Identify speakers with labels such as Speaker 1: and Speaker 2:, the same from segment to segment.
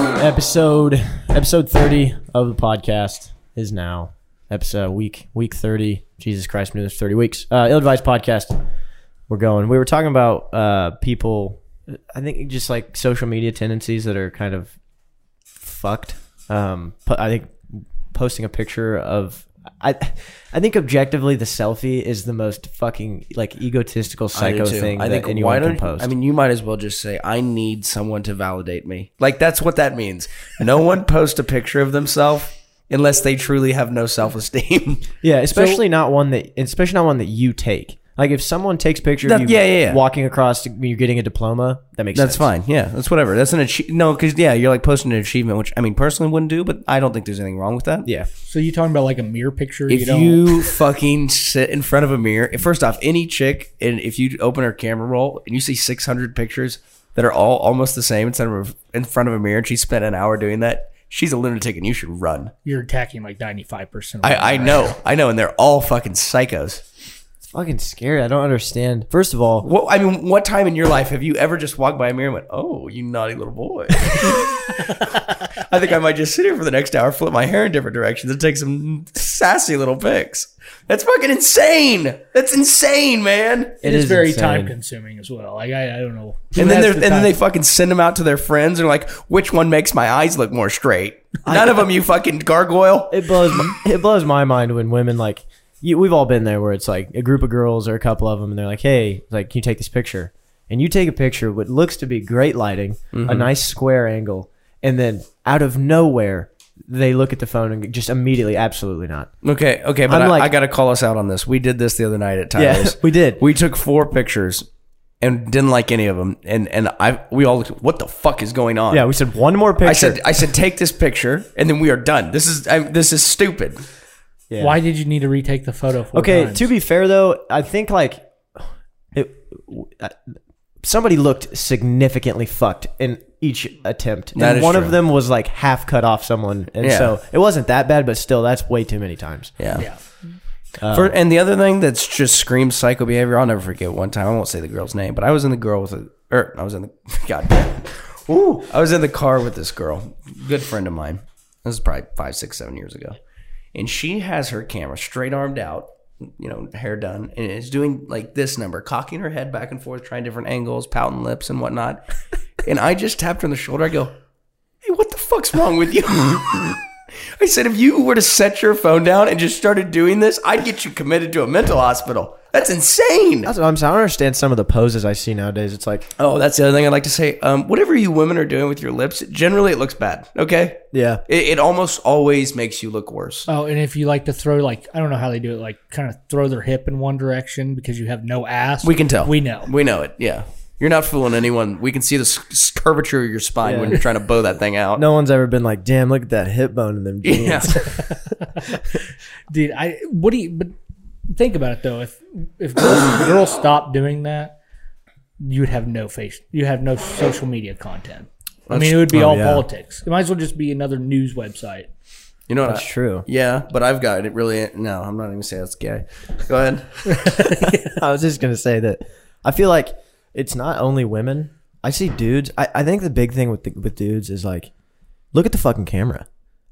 Speaker 1: episode episode 30 of the podcast is now episode week week 30 jesus christ we been doing this for 30 weeks uh ill advised podcast we're going we were talking about uh people i think just like social media tendencies that are kind of fucked um po- i think posting a picture of I, I think objectively the selfie is the most fucking like egotistical psycho
Speaker 2: do too.
Speaker 1: thing
Speaker 2: I
Speaker 1: that
Speaker 2: think
Speaker 1: anyone
Speaker 2: why
Speaker 1: can
Speaker 2: don't
Speaker 1: post.
Speaker 2: I mean you might as well just say I need someone to validate me. Like that's what that means. No one posts a picture of themselves unless they truly have no self-esteem.
Speaker 1: Yeah, especially not one that, especially not one that you take. Like if someone takes picture
Speaker 2: That-
Speaker 1: of you
Speaker 2: yeah, yeah, yeah.
Speaker 1: walking across, to, when you're getting a diploma, that makes
Speaker 2: that's
Speaker 1: sense.
Speaker 2: fine. Yeah, that's whatever. That's an achievement. No, because yeah, you're like posting an achievement, which I mean personally wouldn't do, but I don't think there's anything wrong with that.
Speaker 1: Yeah,
Speaker 3: So you talking about like a mirror picture?
Speaker 2: If
Speaker 3: don't-
Speaker 2: you fucking sit in front of a mirror, first off, any chick, and if you open her camera roll and you see 600 pictures that are all almost the same instead of in front of a mirror, and she spent an hour doing that, she's a lunatic, and you should run.
Speaker 3: you're attacking like ninety five percent.
Speaker 2: I, I know, I know, and they're all fucking psychos.
Speaker 1: it's fucking scary. I don't understand. First of all,
Speaker 2: What I mean, what time in your life have you ever just walked by a mirror and went, "Oh, you naughty little boy"? I think I might just sit here for the next hour, flip my hair in different directions, and take some sassy little pics. That's fucking insane. That's insane, man.
Speaker 1: it is
Speaker 3: it's very
Speaker 1: insane.
Speaker 3: time consuming as well. Like I, I don't know.
Speaker 2: and then
Speaker 3: Who
Speaker 2: they
Speaker 3: has
Speaker 2: are
Speaker 3: the
Speaker 2: and then
Speaker 3: time?
Speaker 2: they fucking send them out to their friends and like, which one makes my eyes look more straight? None of them, you fucking gargoyle.
Speaker 1: It blows. My, it blows my mind when women like you. We've all been there where it's like a group of girls or a couple of them, and they're like, "Hey, like, can you take this picture?" And you take a picture of what looks to be great lighting, a nice square angle, and then out of nowhere, they look at the phone and just immediately, absolutely not.
Speaker 2: Okay, okay, but
Speaker 1: I'm
Speaker 2: I,
Speaker 1: like-
Speaker 2: I gotta call us out on this. We did this the other night at
Speaker 1: Yeah,
Speaker 2: Tyler's.
Speaker 1: we did.
Speaker 2: We took four pictures and didn't like any of them. And and I we all looked, what the fuck is going on?
Speaker 1: Yeah, we said one more picture.
Speaker 2: I said I said take this picture and then we are done. This is I, this is stupid.
Speaker 1: Yeah.
Speaker 3: Why did you need to retake the photo? Four
Speaker 1: Okay,
Speaker 3: times?
Speaker 1: to be fair though, I think like it, uh, somebody looked significantly fucked in each attempt. And
Speaker 2: That is
Speaker 1: one
Speaker 2: true.
Speaker 1: of them was like half cut off someone, and
Speaker 2: Yeah.
Speaker 1: so it wasn't that bad, but still, that's way too many times.
Speaker 2: Yeah. Uh,
Speaker 3: yeah.
Speaker 2: For, and the other thing that's just screams psycho behavior. I'll never forget one time. I won't say the girl's name, but I was in the girl with a or I was in the god damn. Ooh, I was in the car with this girl, good friend of mine. This is probably five, six, seven years ago, and she has her camera straight armed out, you know, hair done, and is doing like this number, cocking her head back and forth, trying different angles, pouting lips and whatnot. and I just tapped her on the shoulder. I go, "Hey, what the fuck's wrong with you?" I said, if you were to set your phone down and just started doing this, I'd get you committed to a mental hospital. That's insane.
Speaker 1: That's what I'm saying. I don't understand some of the poses I see nowadays. It's like,
Speaker 2: Oh, that's the other thing I'd like to say. Um, whatever you women are doing with your lips, generally it looks bad. Okay,
Speaker 1: yeah,
Speaker 2: it, it almost always makes you look worse.
Speaker 3: Oh, and if you like to throw like I don't know how they do it, like kind of throw their hip in one direction because you have no ass.
Speaker 2: We can tell.
Speaker 3: We know.
Speaker 2: We know it. Yeah, you're not fooling anyone. We can see the s- s- curvature of your spine when you're trying to bow that thing out.
Speaker 1: no one's ever been like, damn, look at that hip bone in them jeans.
Speaker 2: Yeah.
Speaker 3: Dude, I what do you? But think about it though. If if girls, girls stop doing that, you would have no face. You have no social media content. I mean, it would be
Speaker 2: oh,
Speaker 3: all
Speaker 1: yeah.
Speaker 3: politics. It might as well just be another news website.
Speaker 2: you know what?
Speaker 1: That's
Speaker 2: I-
Speaker 1: true.
Speaker 2: Yeah, but I've got it. Really, no, I'm not even saying that's gay. Go ahead.
Speaker 1: I was just gonna say that I feel like it's not only women. I see dudes. I, I think the big thing with the, with dudes is like, look at the fucking camera.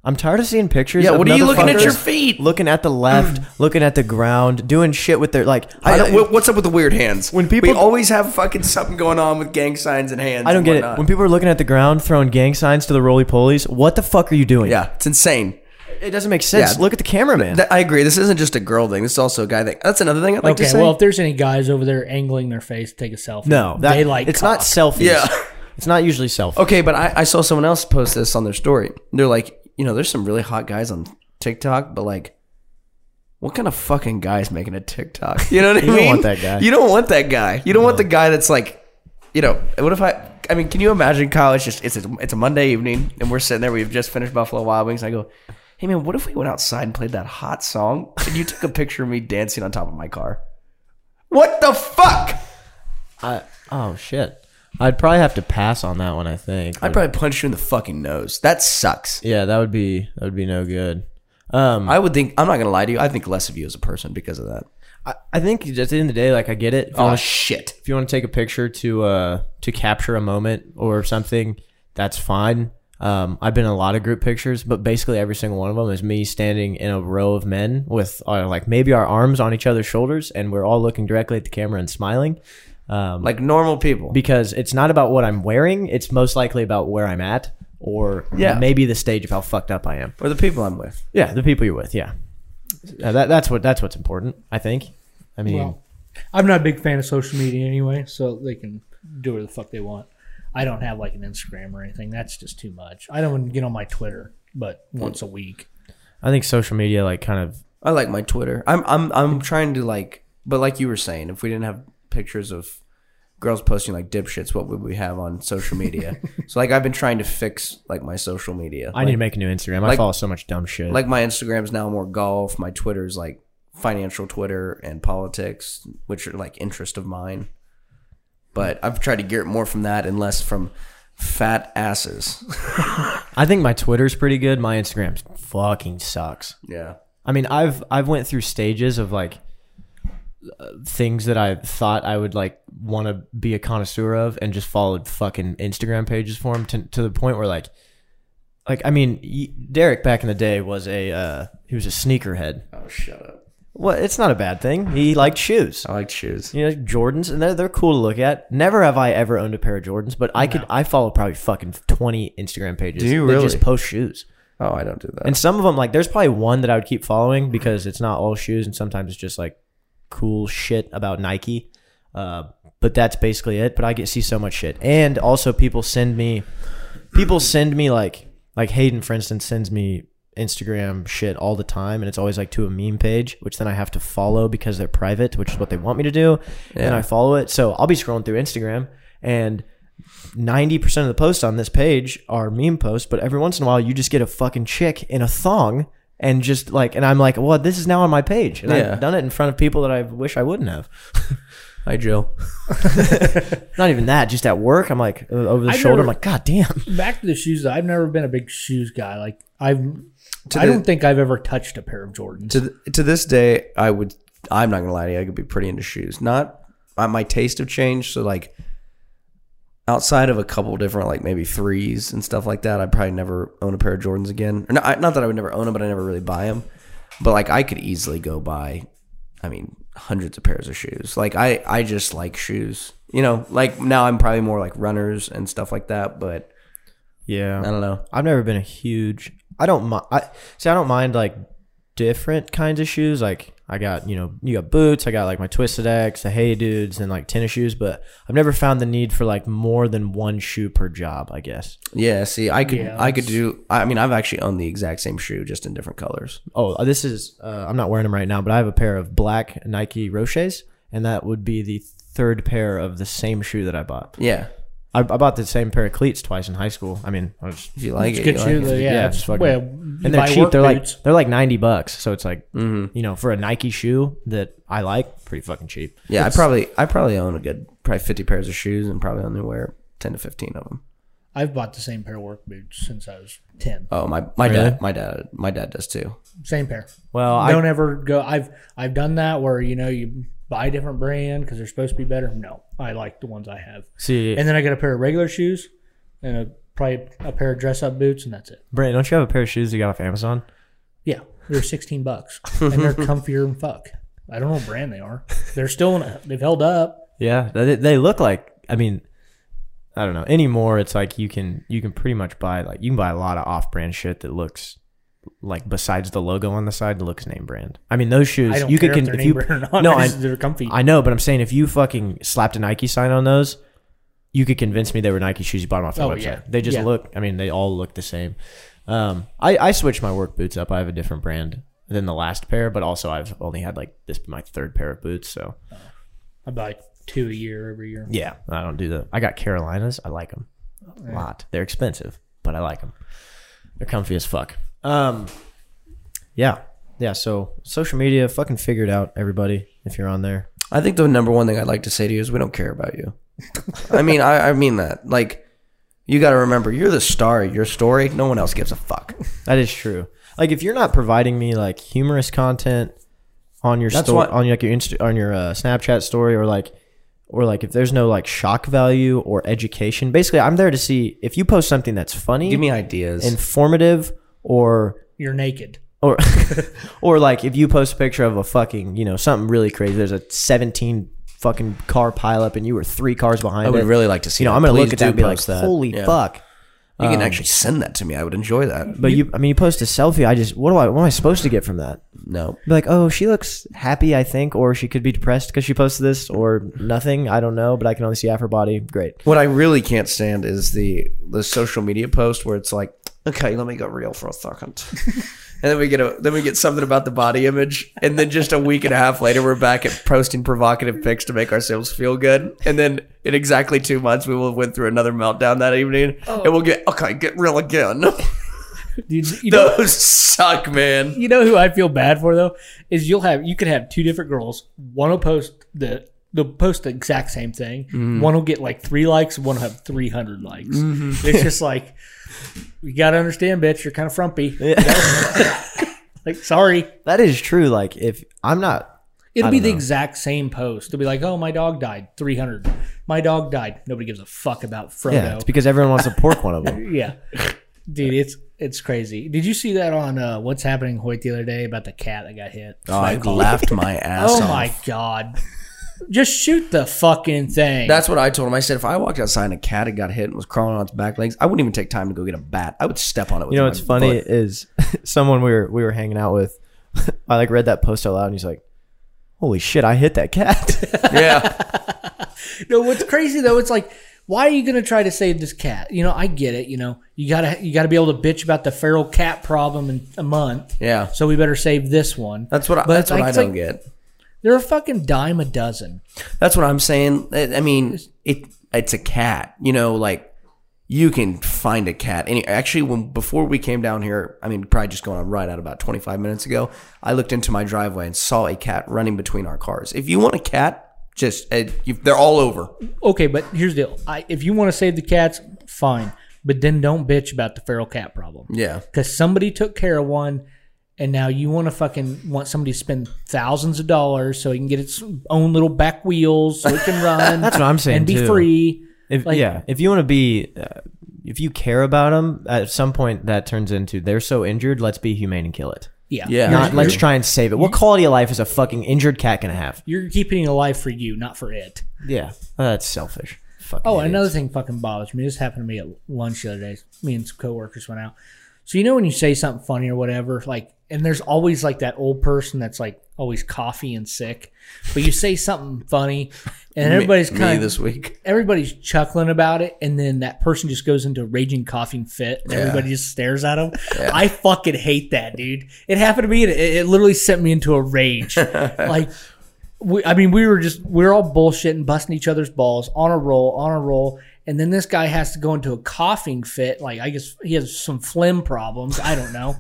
Speaker 1: I'm tired of seeing pictures.
Speaker 2: Yeah,
Speaker 1: of
Speaker 2: what are you looking at
Speaker 1: motherfuckers
Speaker 2: your feet?
Speaker 1: Looking at the left, looking at the ground, doing shit with their like. I,
Speaker 2: I don't, what- what's up with the weird hands?
Speaker 1: When people-
Speaker 2: we always have fucking something going on with gang signs and hands.
Speaker 1: I don't
Speaker 2: and
Speaker 1: get it.
Speaker 2: whatnot.
Speaker 1: When people are looking at the ground, throwing gang signs to the roly polies, what the fuck are you doing?
Speaker 2: yeah, it's insane.
Speaker 1: it doesn't make sense.
Speaker 2: Yeah.
Speaker 1: Look at the cameraman.
Speaker 2: That- I agree. This isn't just a girl thing. This is also a guy thing. That's another thing I'd like to
Speaker 3: Okay,
Speaker 2: say.
Speaker 3: well, if there's any guys over there angling their face, to take a selfie.
Speaker 1: no, that,
Speaker 3: they like
Speaker 1: it's
Speaker 3: cock.
Speaker 1: not selfies.
Speaker 2: Yeah.
Speaker 1: it's not usually selfies.
Speaker 2: okay, but I, I saw someone else post this on their story. They're like, you know, there's some really hot guys on TikTok, but like, what kind of fucking guy is making a TikTok? You know what I
Speaker 1: don't
Speaker 2: mean?
Speaker 1: want that guy.
Speaker 2: You don't want that guy. You don't want the guy that's like, you know, what if I? I mean, can you imagine, Kyle? It's just it's a, it's a Monday evening, and we're sitting there. We've just finished Buffalo Wild Wings. I go, hey man, what if we went outside and played that hot song, and you took a picture of me dancing on top of my car? What the fuck?
Speaker 1: I, oh shit. I'd probably have to pass on that one. I think.
Speaker 2: I'd probably punch you in the fucking nose. That sucks.
Speaker 1: Yeah, that would be that would be no good. Um,
Speaker 2: I would think I'm not gonna lie to you. I think less of you as a person because of that.
Speaker 1: I, I think just at the end of the day, like I get it. If, you
Speaker 2: Oh
Speaker 1: wanna-
Speaker 2: shit!
Speaker 1: if you want to take a picture to uh to capture a moment or something, that's fine. Um, I've been in a lot of group pictures, but basically every single one of them is me standing in a row of men with our, like maybe our arms on each other's shoulders, and we're all looking directly at the camera and smiling. Um,
Speaker 2: Like normal people.
Speaker 1: because it's not about what I'm wearing; it's most likely about where I'm at, or
Speaker 2: Yeah.
Speaker 1: maybe the stage of how fucked up I am.
Speaker 2: or the people I'm with.
Speaker 1: Yeah, the people you're with. Yeah, Uh, that, that's what that's what's important. I think. I mean,
Speaker 3: Well, I'm not a big fan of social media anyway, so they can do whatever the fuck they want. I don't have like an Instagram or anything. That's just too much. I don't even get on my Twitter, but once a week.
Speaker 1: I think social media like kind of
Speaker 2: I like my Twitter. I'm I'm I'm trying to like, but like you were saying, if we didn't have pictures of girls posting like dipshits, what would we have on social media? so like I've been trying to fix like my social media.
Speaker 1: I need to make a new Instagram. I
Speaker 2: like-
Speaker 1: follow so much dumb shit.
Speaker 2: like my Instagram's now more golf. My Twitter's like financial Twitter and politics, which are like interest of mine. But I've tried to gear it more from that and less from fat asses.
Speaker 1: I think my Twitter's pretty good. My Instagram's fucking sucks.
Speaker 2: Yeah.
Speaker 1: I mean, I've I've went through stages of like uh, things that I thought I would like want to be a connoisseur of, and just followed fucking Instagram pages for them to, to the point where like, like I mean, y- Derek back in the day was a uh, he was a sneakerhead.
Speaker 2: Oh, shut up.
Speaker 1: Well, it's not a bad thing. He liked shoes.
Speaker 2: I like shoes.
Speaker 1: You know, Jordans, and they're, they're cool to look at. Never have I ever owned a pair of Jordans, but I could I follow probably fucking twenty Instagram pages.
Speaker 2: Do you
Speaker 1: that
Speaker 2: really?
Speaker 1: just post shoes?
Speaker 2: Oh, I don't do that.
Speaker 1: And some of them, like, there's probably one that I would keep following because it's not all shoes, and sometimes it's just like cool shit about Nike. Uh, but that's basically it. But I get see so much shit, and also people send me, people send me like like Hayden, for instance, sends me Instagram shit all the time, and it's always like to a meme page, which then I have to follow because they're private, which is what they want me to do, and I follow it. So I'll be scrolling through Instagram and ninety percent of the posts on this page are meme posts, but every once in a while you just get a fucking chick in a thong and just like, and I'm like, well, this is now on my page, and
Speaker 2: Yeah.
Speaker 1: I've done it in front of people that I wish I wouldn't have.
Speaker 2: Hi, Jill.
Speaker 1: Not even that, just at work, I'm like uh, over the
Speaker 3: I've
Speaker 1: shoulder,
Speaker 3: never-
Speaker 1: I'm like, god damn.
Speaker 3: Back to the shoes. I've never been a big shoes guy. Like I've, I
Speaker 2: the-
Speaker 3: don't think I've ever touched a pair of Jordans.
Speaker 2: to th- to this day, I would. I'm not gonna lie to you. I could be pretty into shoes. Not my, my taste have changed. So like, outside of a couple different like maybe threes and stuff like that, I'd probably never own a pair of Jordans again. Or not, I- not that I would never own them, but I never really buy them. But like, I could easily go buy. I mean, hundreds of pairs of shoes. Like I, I just like shoes. You know, like now I'm probably more like runners and stuff like that. But
Speaker 1: Yeah,
Speaker 2: I don't know.
Speaker 1: I've never been a huge. I don't mind. I see. I don't mind like different kinds of shoes. Like I got you know you got boots. I got like my Twisted X, the Hey Dudes, and like tennis shoes. But I've never found the need for like more than one shoe per job. I guess.
Speaker 2: Yeah, see, I could,
Speaker 3: Yeah,
Speaker 2: I could do. I mean, I've actually owned the exact same shoe, just in different colors.
Speaker 1: Oh, this is. Uh, I'm not wearing them right now, but I have a pair of black Nike Roches, and that would be the third pair of the same shoe that I bought.
Speaker 2: Yeah,
Speaker 1: I, I bought the same pair of cleats twice in high school. I mean, I was,
Speaker 2: If you like
Speaker 3: It's
Speaker 2: it,
Speaker 3: good
Speaker 2: you
Speaker 3: shoe
Speaker 2: like
Speaker 3: though.
Speaker 2: it.
Speaker 3: Yeah,
Speaker 1: yeah,
Speaker 3: it's
Speaker 1: it's fucking-
Speaker 3: well, you
Speaker 1: and they're
Speaker 3: buy
Speaker 1: cheap.
Speaker 3: work
Speaker 1: They're
Speaker 3: boots.
Speaker 1: like they're like ninety bucks. So it's like you know for a Nike shoe that I like, pretty fucking cheap.
Speaker 2: Yeah, I probably I probably own a good probably fifty pairs of shoes and probably only wear ten to fifteen of them.
Speaker 3: I've bought the same pair of work boots since I was ten.
Speaker 2: Oh my my
Speaker 1: Really?
Speaker 2: dad my dad my dad does too.
Speaker 3: Same pair.
Speaker 1: Well, Uh, I
Speaker 3: don't ever go. I've I've done that where you know you buy a different brand because they're supposed to be better. No, I like the ones I have.
Speaker 1: see,
Speaker 3: And then I get a pair of regular shoes and a, probably a pair of dress up boots, and that's it.
Speaker 1: Brent, don't you have a pair of shoes you got off Amazon?
Speaker 3: Yeah, they're sixteen bucks, and they're comfier than fuck. I don't know what brand they are. They're still in, they've held up.
Speaker 1: Yeah, they, they look like. I mean, I don't know anymore. It's like you can you can pretty much buy like you can buy a lot of off brand shit that looks like besides the logo on the side looks name brand. I mean, those shoes
Speaker 3: I don't
Speaker 1: you
Speaker 3: care
Speaker 1: could can
Speaker 3: if they're
Speaker 1: if you
Speaker 3: name brand or not.
Speaker 1: no
Speaker 3: I
Speaker 1: I,
Speaker 3: just- they're comfy.
Speaker 1: I know, but I'm saying if you fucking slapped a Nike sign on those. You could convince me they were Nike shoes you bought them off the
Speaker 3: Oh,
Speaker 1: website.
Speaker 3: yeah.
Speaker 1: They just
Speaker 3: Yeah.
Speaker 1: look. I mean, they all look the same. Um, I I switched my work boots up. I have a different brand than the last pair, but also I've only had like this my third pair of boots. So
Speaker 3: I buy two a year every year.
Speaker 1: yeah, I don't do that. I got Carolinas. I like them a lot. They're expensive, but I like them. They're comfy as fuck. Um, yeah, yeah. So social media, fucking figure it out, everybody. If you're on there,
Speaker 2: I think the number one thing I'd like to say to you is we don't care about you. I mean I, I mean that. Like you gotta remember you're the star of your story. No one else gives a fuck.
Speaker 1: that is true. Like if you're not providing me like humorous content on your
Speaker 2: That's
Speaker 1: story,
Speaker 2: why-
Speaker 1: on like your Insta- on your uh, Snapchat story, or like or like if there's no like shock value or education. Basically, I'm there to see if you post something that's funny,
Speaker 2: Give me ideas.
Speaker 1: informative, or
Speaker 3: You're naked.
Speaker 1: or or like if you post a picture of a fucking you know something really crazy. There's a 17 fucking car pileup and you were three cars behind.
Speaker 2: I would
Speaker 1: it.
Speaker 2: really like to see.
Speaker 1: you know
Speaker 2: that.
Speaker 1: I'm gonna
Speaker 2: Please
Speaker 1: look at that
Speaker 2: do
Speaker 1: and be like,
Speaker 2: post that.
Speaker 1: holy
Speaker 2: Yeah.
Speaker 1: fuck. Um,
Speaker 2: You can actually send that to me. I would enjoy that.
Speaker 1: But you, I mean, you post a selfie. I just, what do I, what am I supposed to get from that?
Speaker 2: No,
Speaker 1: Be like, oh, she looks happy, I think, or she could be depressed because she posted this, or nothing. I don't know, but I can only see half her body. Great.
Speaker 2: What I really can't stand is the the social media post where it's like, okay, let me go real for a second. And then we get a, then we get something about the body image, and then just a week and a half later, we're back at posting provocative pics to make ourselves feel good. And then in exactly two months, we will have went through another meltdown that evening,
Speaker 3: Oh.
Speaker 2: and we'll get okay, get real again.
Speaker 3: Dude, you know,
Speaker 2: Those suck, man.
Speaker 3: you know who I feel bad for though is you'll have you could have two different girls. One will post the they'll post the exact same thing. One will get like three likes. One will have three hundred likes. It's just like you got to understand, bitch. You're kind of frumpy. you know? like sorry,
Speaker 1: That is true. Like, if I'm not,
Speaker 3: it'll be the exact same post. It'll be like, oh, my dog died. Three hundred. My dog died. Nobody gives a fuck about Frodo.
Speaker 1: yeah, it's because everyone wants to pork one of them.
Speaker 3: Yeah. Dude, it's it's crazy. Did you see that on uh, what's happening Hoyt the other day about the cat that got hit?
Speaker 2: Oh, I laughed my ass
Speaker 3: Oh
Speaker 2: off.
Speaker 3: my god. Just shoot the fucking thing.
Speaker 2: That's what I told him. I said if I walked outside and a cat had got hit and was crawling on its back legs, I wouldn't even take time to go get a bat. I would step on it. With
Speaker 1: You know,
Speaker 2: my
Speaker 1: what's funny
Speaker 2: foot.
Speaker 1: is someone we were we were hanging out with. I like read that post out loud, and he's like, "Holy shit, I hit that cat."
Speaker 2: Yeah.
Speaker 3: no, what's crazy though, it's like why are you gonna try to save this cat? You know, I get it. You know, you gotta you gotta be able to bitch about the feral cat problem in a month.
Speaker 2: Yeah.
Speaker 3: So we better save this one.
Speaker 2: That's what I,
Speaker 3: But
Speaker 2: that's what I
Speaker 3: it's
Speaker 2: don't
Speaker 3: like-
Speaker 2: get.
Speaker 3: They're a fucking dime a dozen.
Speaker 2: That's what I'm saying. I I mean, it it's a cat. You know, like you can find a cat. Any actually, when before we came down here, I mean, probably just going on right out about 25 minutes ago, I looked into my driveway and saw a cat running between our cars. If you want a cat, just uh, you, they're all over.
Speaker 3: Okay, but here's the deal. I, if you want to save the cats, fine. But then don't bitch about the feral cat problem.
Speaker 2: Yeah.
Speaker 3: because somebody took care of one, and now you want to fucking want somebody to spend thousands of dollars so it can get its own little back wheels so it can run.
Speaker 1: That's what I'm saying,
Speaker 3: and be
Speaker 1: too.
Speaker 3: free.
Speaker 1: If,
Speaker 3: Like-
Speaker 1: yeah, if you want to be, uh, if you care about them, at some point that turns into they're so injured. Let's be humane and kill it.
Speaker 3: Yeah,
Speaker 2: Yeah.
Speaker 1: Not let's try and save it. What quality of life is a fucking injured cat gonna have?
Speaker 3: You're keeping it alive for you, not for it.
Speaker 1: Yeah, that's selfish. Fucking
Speaker 3: Oh,
Speaker 1: idiots.
Speaker 3: another thing fucking bothers me. This happened to me at lunch the other day. Me and some coworkers went out. So you know when you say something funny or whatever, like, and there's always like that old person that's like always coffee and sick, but you say something funny, and everybody's
Speaker 2: Me-
Speaker 3: kind
Speaker 2: me
Speaker 3: of
Speaker 2: this week.
Speaker 3: everybody's chuckling about it, and then that person just goes into a raging coughing fit, and everybody just stares at him. I fucking hate that, dude. It happened to me, and it, it literally sent me into a rage. like, we, I mean, we were just we are all bullshitting, busting each other's balls on a roll, on a roll, and then this guy has to go into a coughing fit. Like, I guess he has some phlegm problems. I don't know.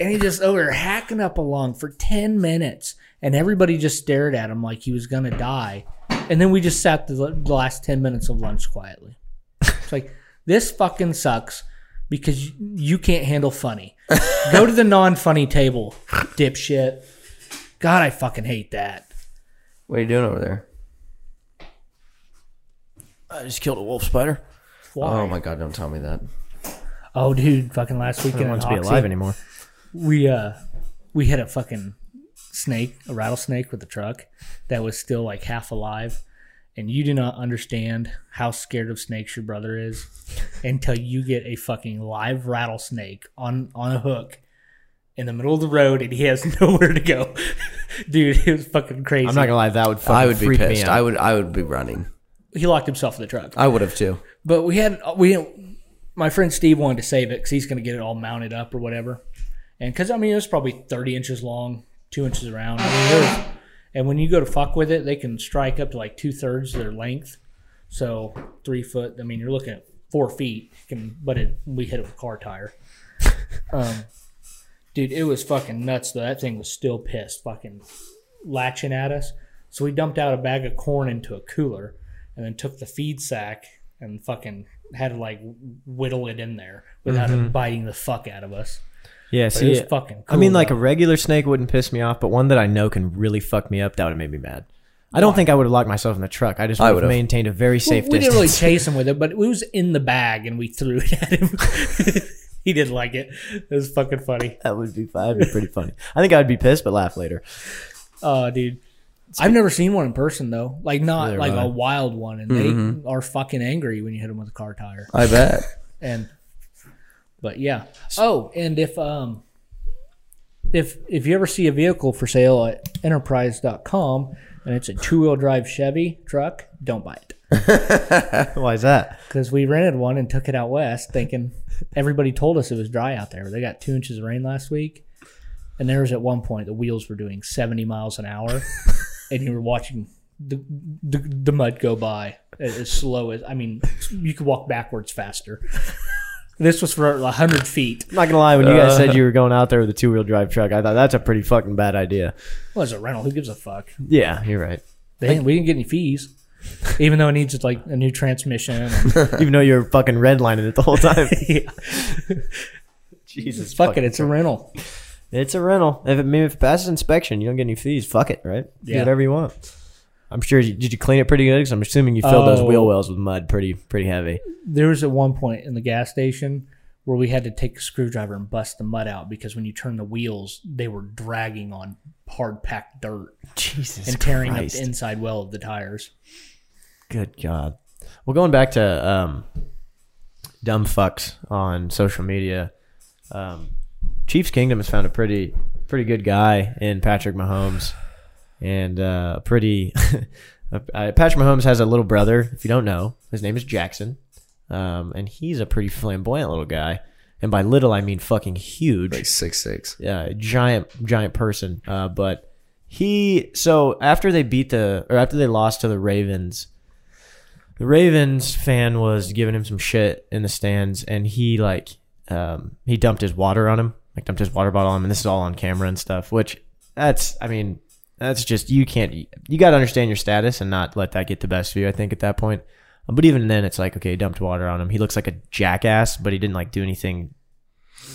Speaker 3: And he just over there hacking up along for 10 minutes. And everybody just stared at him like he was going to die. And then we just sat the, the last 10 minutes of lunch quietly. It's like, this fucking sucks because you, you can't handle funny. Go to the non funny table, dipshit. God, I fucking hate that.
Speaker 2: What are you doing over there?
Speaker 1: I just killed a wolf spider.
Speaker 3: Why?
Speaker 2: Oh my god! Don't tell me that.
Speaker 3: Oh, dude, fucking last
Speaker 1: I don't
Speaker 3: weekend.
Speaker 1: want to
Speaker 3: in
Speaker 1: be
Speaker 3: Oxy,
Speaker 1: alive anymore.
Speaker 3: we uh we had a fucking snake, a rattlesnake with a truck that was still like half alive. And you do not understand how scared of snakes your brother is until you get a fucking live rattlesnake on on a hook in the middle of the road and he has nowhere to go. Dude, it was fucking crazy.
Speaker 1: I'm not gonna lie, that would fucking
Speaker 2: I would be
Speaker 1: freak me
Speaker 2: pissed.
Speaker 1: out.
Speaker 2: I would. I would be running.
Speaker 3: he locked himself in the truck.
Speaker 2: I would have too.
Speaker 3: But we had we my friend Steve wanted to save it because he's going to get it all mounted up or whatever, and because I mean it was probably thirty inches long, two inches around, I mean, it was- and when you go to fuck with it, they can strike up to like two thirds their length, so three foot. I mean you're looking at four feet. Can but it, we hit it with a car tire. Um, dude, it was fucking nuts though. That thing was still pissed, fucking latching at us. So we dumped out a bag of corn into a cooler and then took the feed sack and fucking had to like whittle it in there without it biting the fuck out of us.
Speaker 1: Mm-hmm. yeah,
Speaker 3: But it was
Speaker 1: see,
Speaker 3: fucking
Speaker 1: I
Speaker 3: cool.
Speaker 1: mean, like
Speaker 3: though.
Speaker 1: a regular snake wouldn't piss me off, but one that I know can really fuck me up, that would have made me mad. I don't think I would have locked myself in the truck. I just
Speaker 2: I
Speaker 1: would have
Speaker 2: would've.
Speaker 1: maintained a very safe
Speaker 3: we, we didn't really
Speaker 1: distance.
Speaker 3: chase him with it, but it was in the bag and we threw it at him. he didn't like it. It was fucking funny.
Speaker 1: that would be that'd be pretty funny. I think I'd be pissed, but laugh later.
Speaker 3: Oh, dude. I've never seen one in person though. Like not
Speaker 1: Neither
Speaker 3: like
Speaker 1: have I. Mm-hmm.
Speaker 3: a wild one, and they are fucking angry when you hit them with a car tire.
Speaker 2: I bet.
Speaker 3: And but yeah. Oh, and if um if if you ever see a vehicle for sale at enterprise.com and it's a two-wheel drive Chevy truck, don't buy it.
Speaker 1: Why is that?
Speaker 3: Because we rented one and took it out west thinking everybody told us it was dry out there. They got two inches of rain last week. And there was at one point the wheels were doing 70 miles an hour. and you were watching the, the, the mud go by as, as slow as, I mean, you could walk backwards faster. this was for 100 feet.
Speaker 1: I'm not gonna lie. When you guys
Speaker 2: Uh.
Speaker 1: said you were going out there with a two wheel drive truck, I thought that's a pretty fucking bad idea.
Speaker 3: Well, it's a rental. Who gives a fuck?
Speaker 1: Yeah, you're right.
Speaker 3: They didn't, we didn't get any fees. Even though it needs like a new transmission, and,
Speaker 1: Even though you're fucking redlining it the whole time.
Speaker 3: yeah,
Speaker 1: Jesus,
Speaker 3: fuck it, it's a rental.
Speaker 1: It's a rental. If it, I mean, if it passes inspection, you don't get any fees. Fuck it, right? Do
Speaker 3: Yeah.
Speaker 1: whatever you want. I'm sure. You, did you clean it pretty good? Because I'm assuming you filled those
Speaker 3: Oh.
Speaker 1: wheel wells with mud, pretty pretty heavy.
Speaker 3: there was at one point in the gas station where we had to take a screwdriver and bust the mud out because when you turn the wheels, they were dragging on hard packed dirt
Speaker 1: Jesus
Speaker 3: and tearing
Speaker 1: Christ.
Speaker 3: up the inside well of the tires.
Speaker 1: Good God. Well, going back to um, dumb fucks on social media, um, Chiefs Kingdom has found a pretty pretty good guy in Patrick Mahomes, and uh, pretty. uh, Patrick Mahomes has a little brother. If you don't know, his name is Jackson, um, and he's a pretty flamboyant little guy. And by little, I mean fucking huge
Speaker 2: Like six six.
Speaker 1: uh, giant giant person. Uh, but he so after they beat the or after they lost to the Ravens, the Ravens fan was giving him some shit in the stands, and he like um, he dumped his water on him, like dumped his water bottle on him, and this is all on camera and stuff. Which that's I mean that's just you can't you got to understand your status and not let that get the best of you. I think at that point. But even then, it's like okay, he dumped water on him. He looks like a jackass, but he didn't like do anything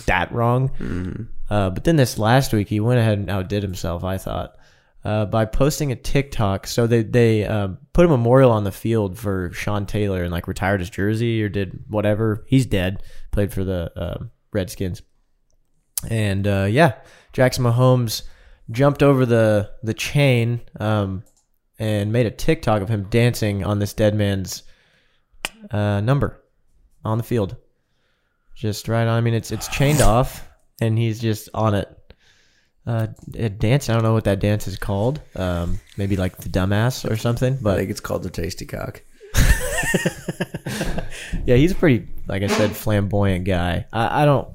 Speaker 1: that wrong. Uh, but then this last week, he went ahead and outdid himself. I thought uh, by posting a TikTok. So they they um put a memorial on the field for Sean Taylor and like retired his jersey or did whatever. He's dead. Played for the um Redskins. And uh, yeah, Jackson Mahomes jumped over the the chain um, and made a TikTok of him dancing on this dead man's uh, number on the field. Just right on. I mean, it's it's chained off, and he's just on it. Uh, a dance. I don't know what that dance is called. Um, maybe like the dumbass or something.
Speaker 2: I
Speaker 1: But
Speaker 2: think it's called the tasty cock.
Speaker 1: yeah, he's a pretty, like I said, flamboyant guy. I, I don't.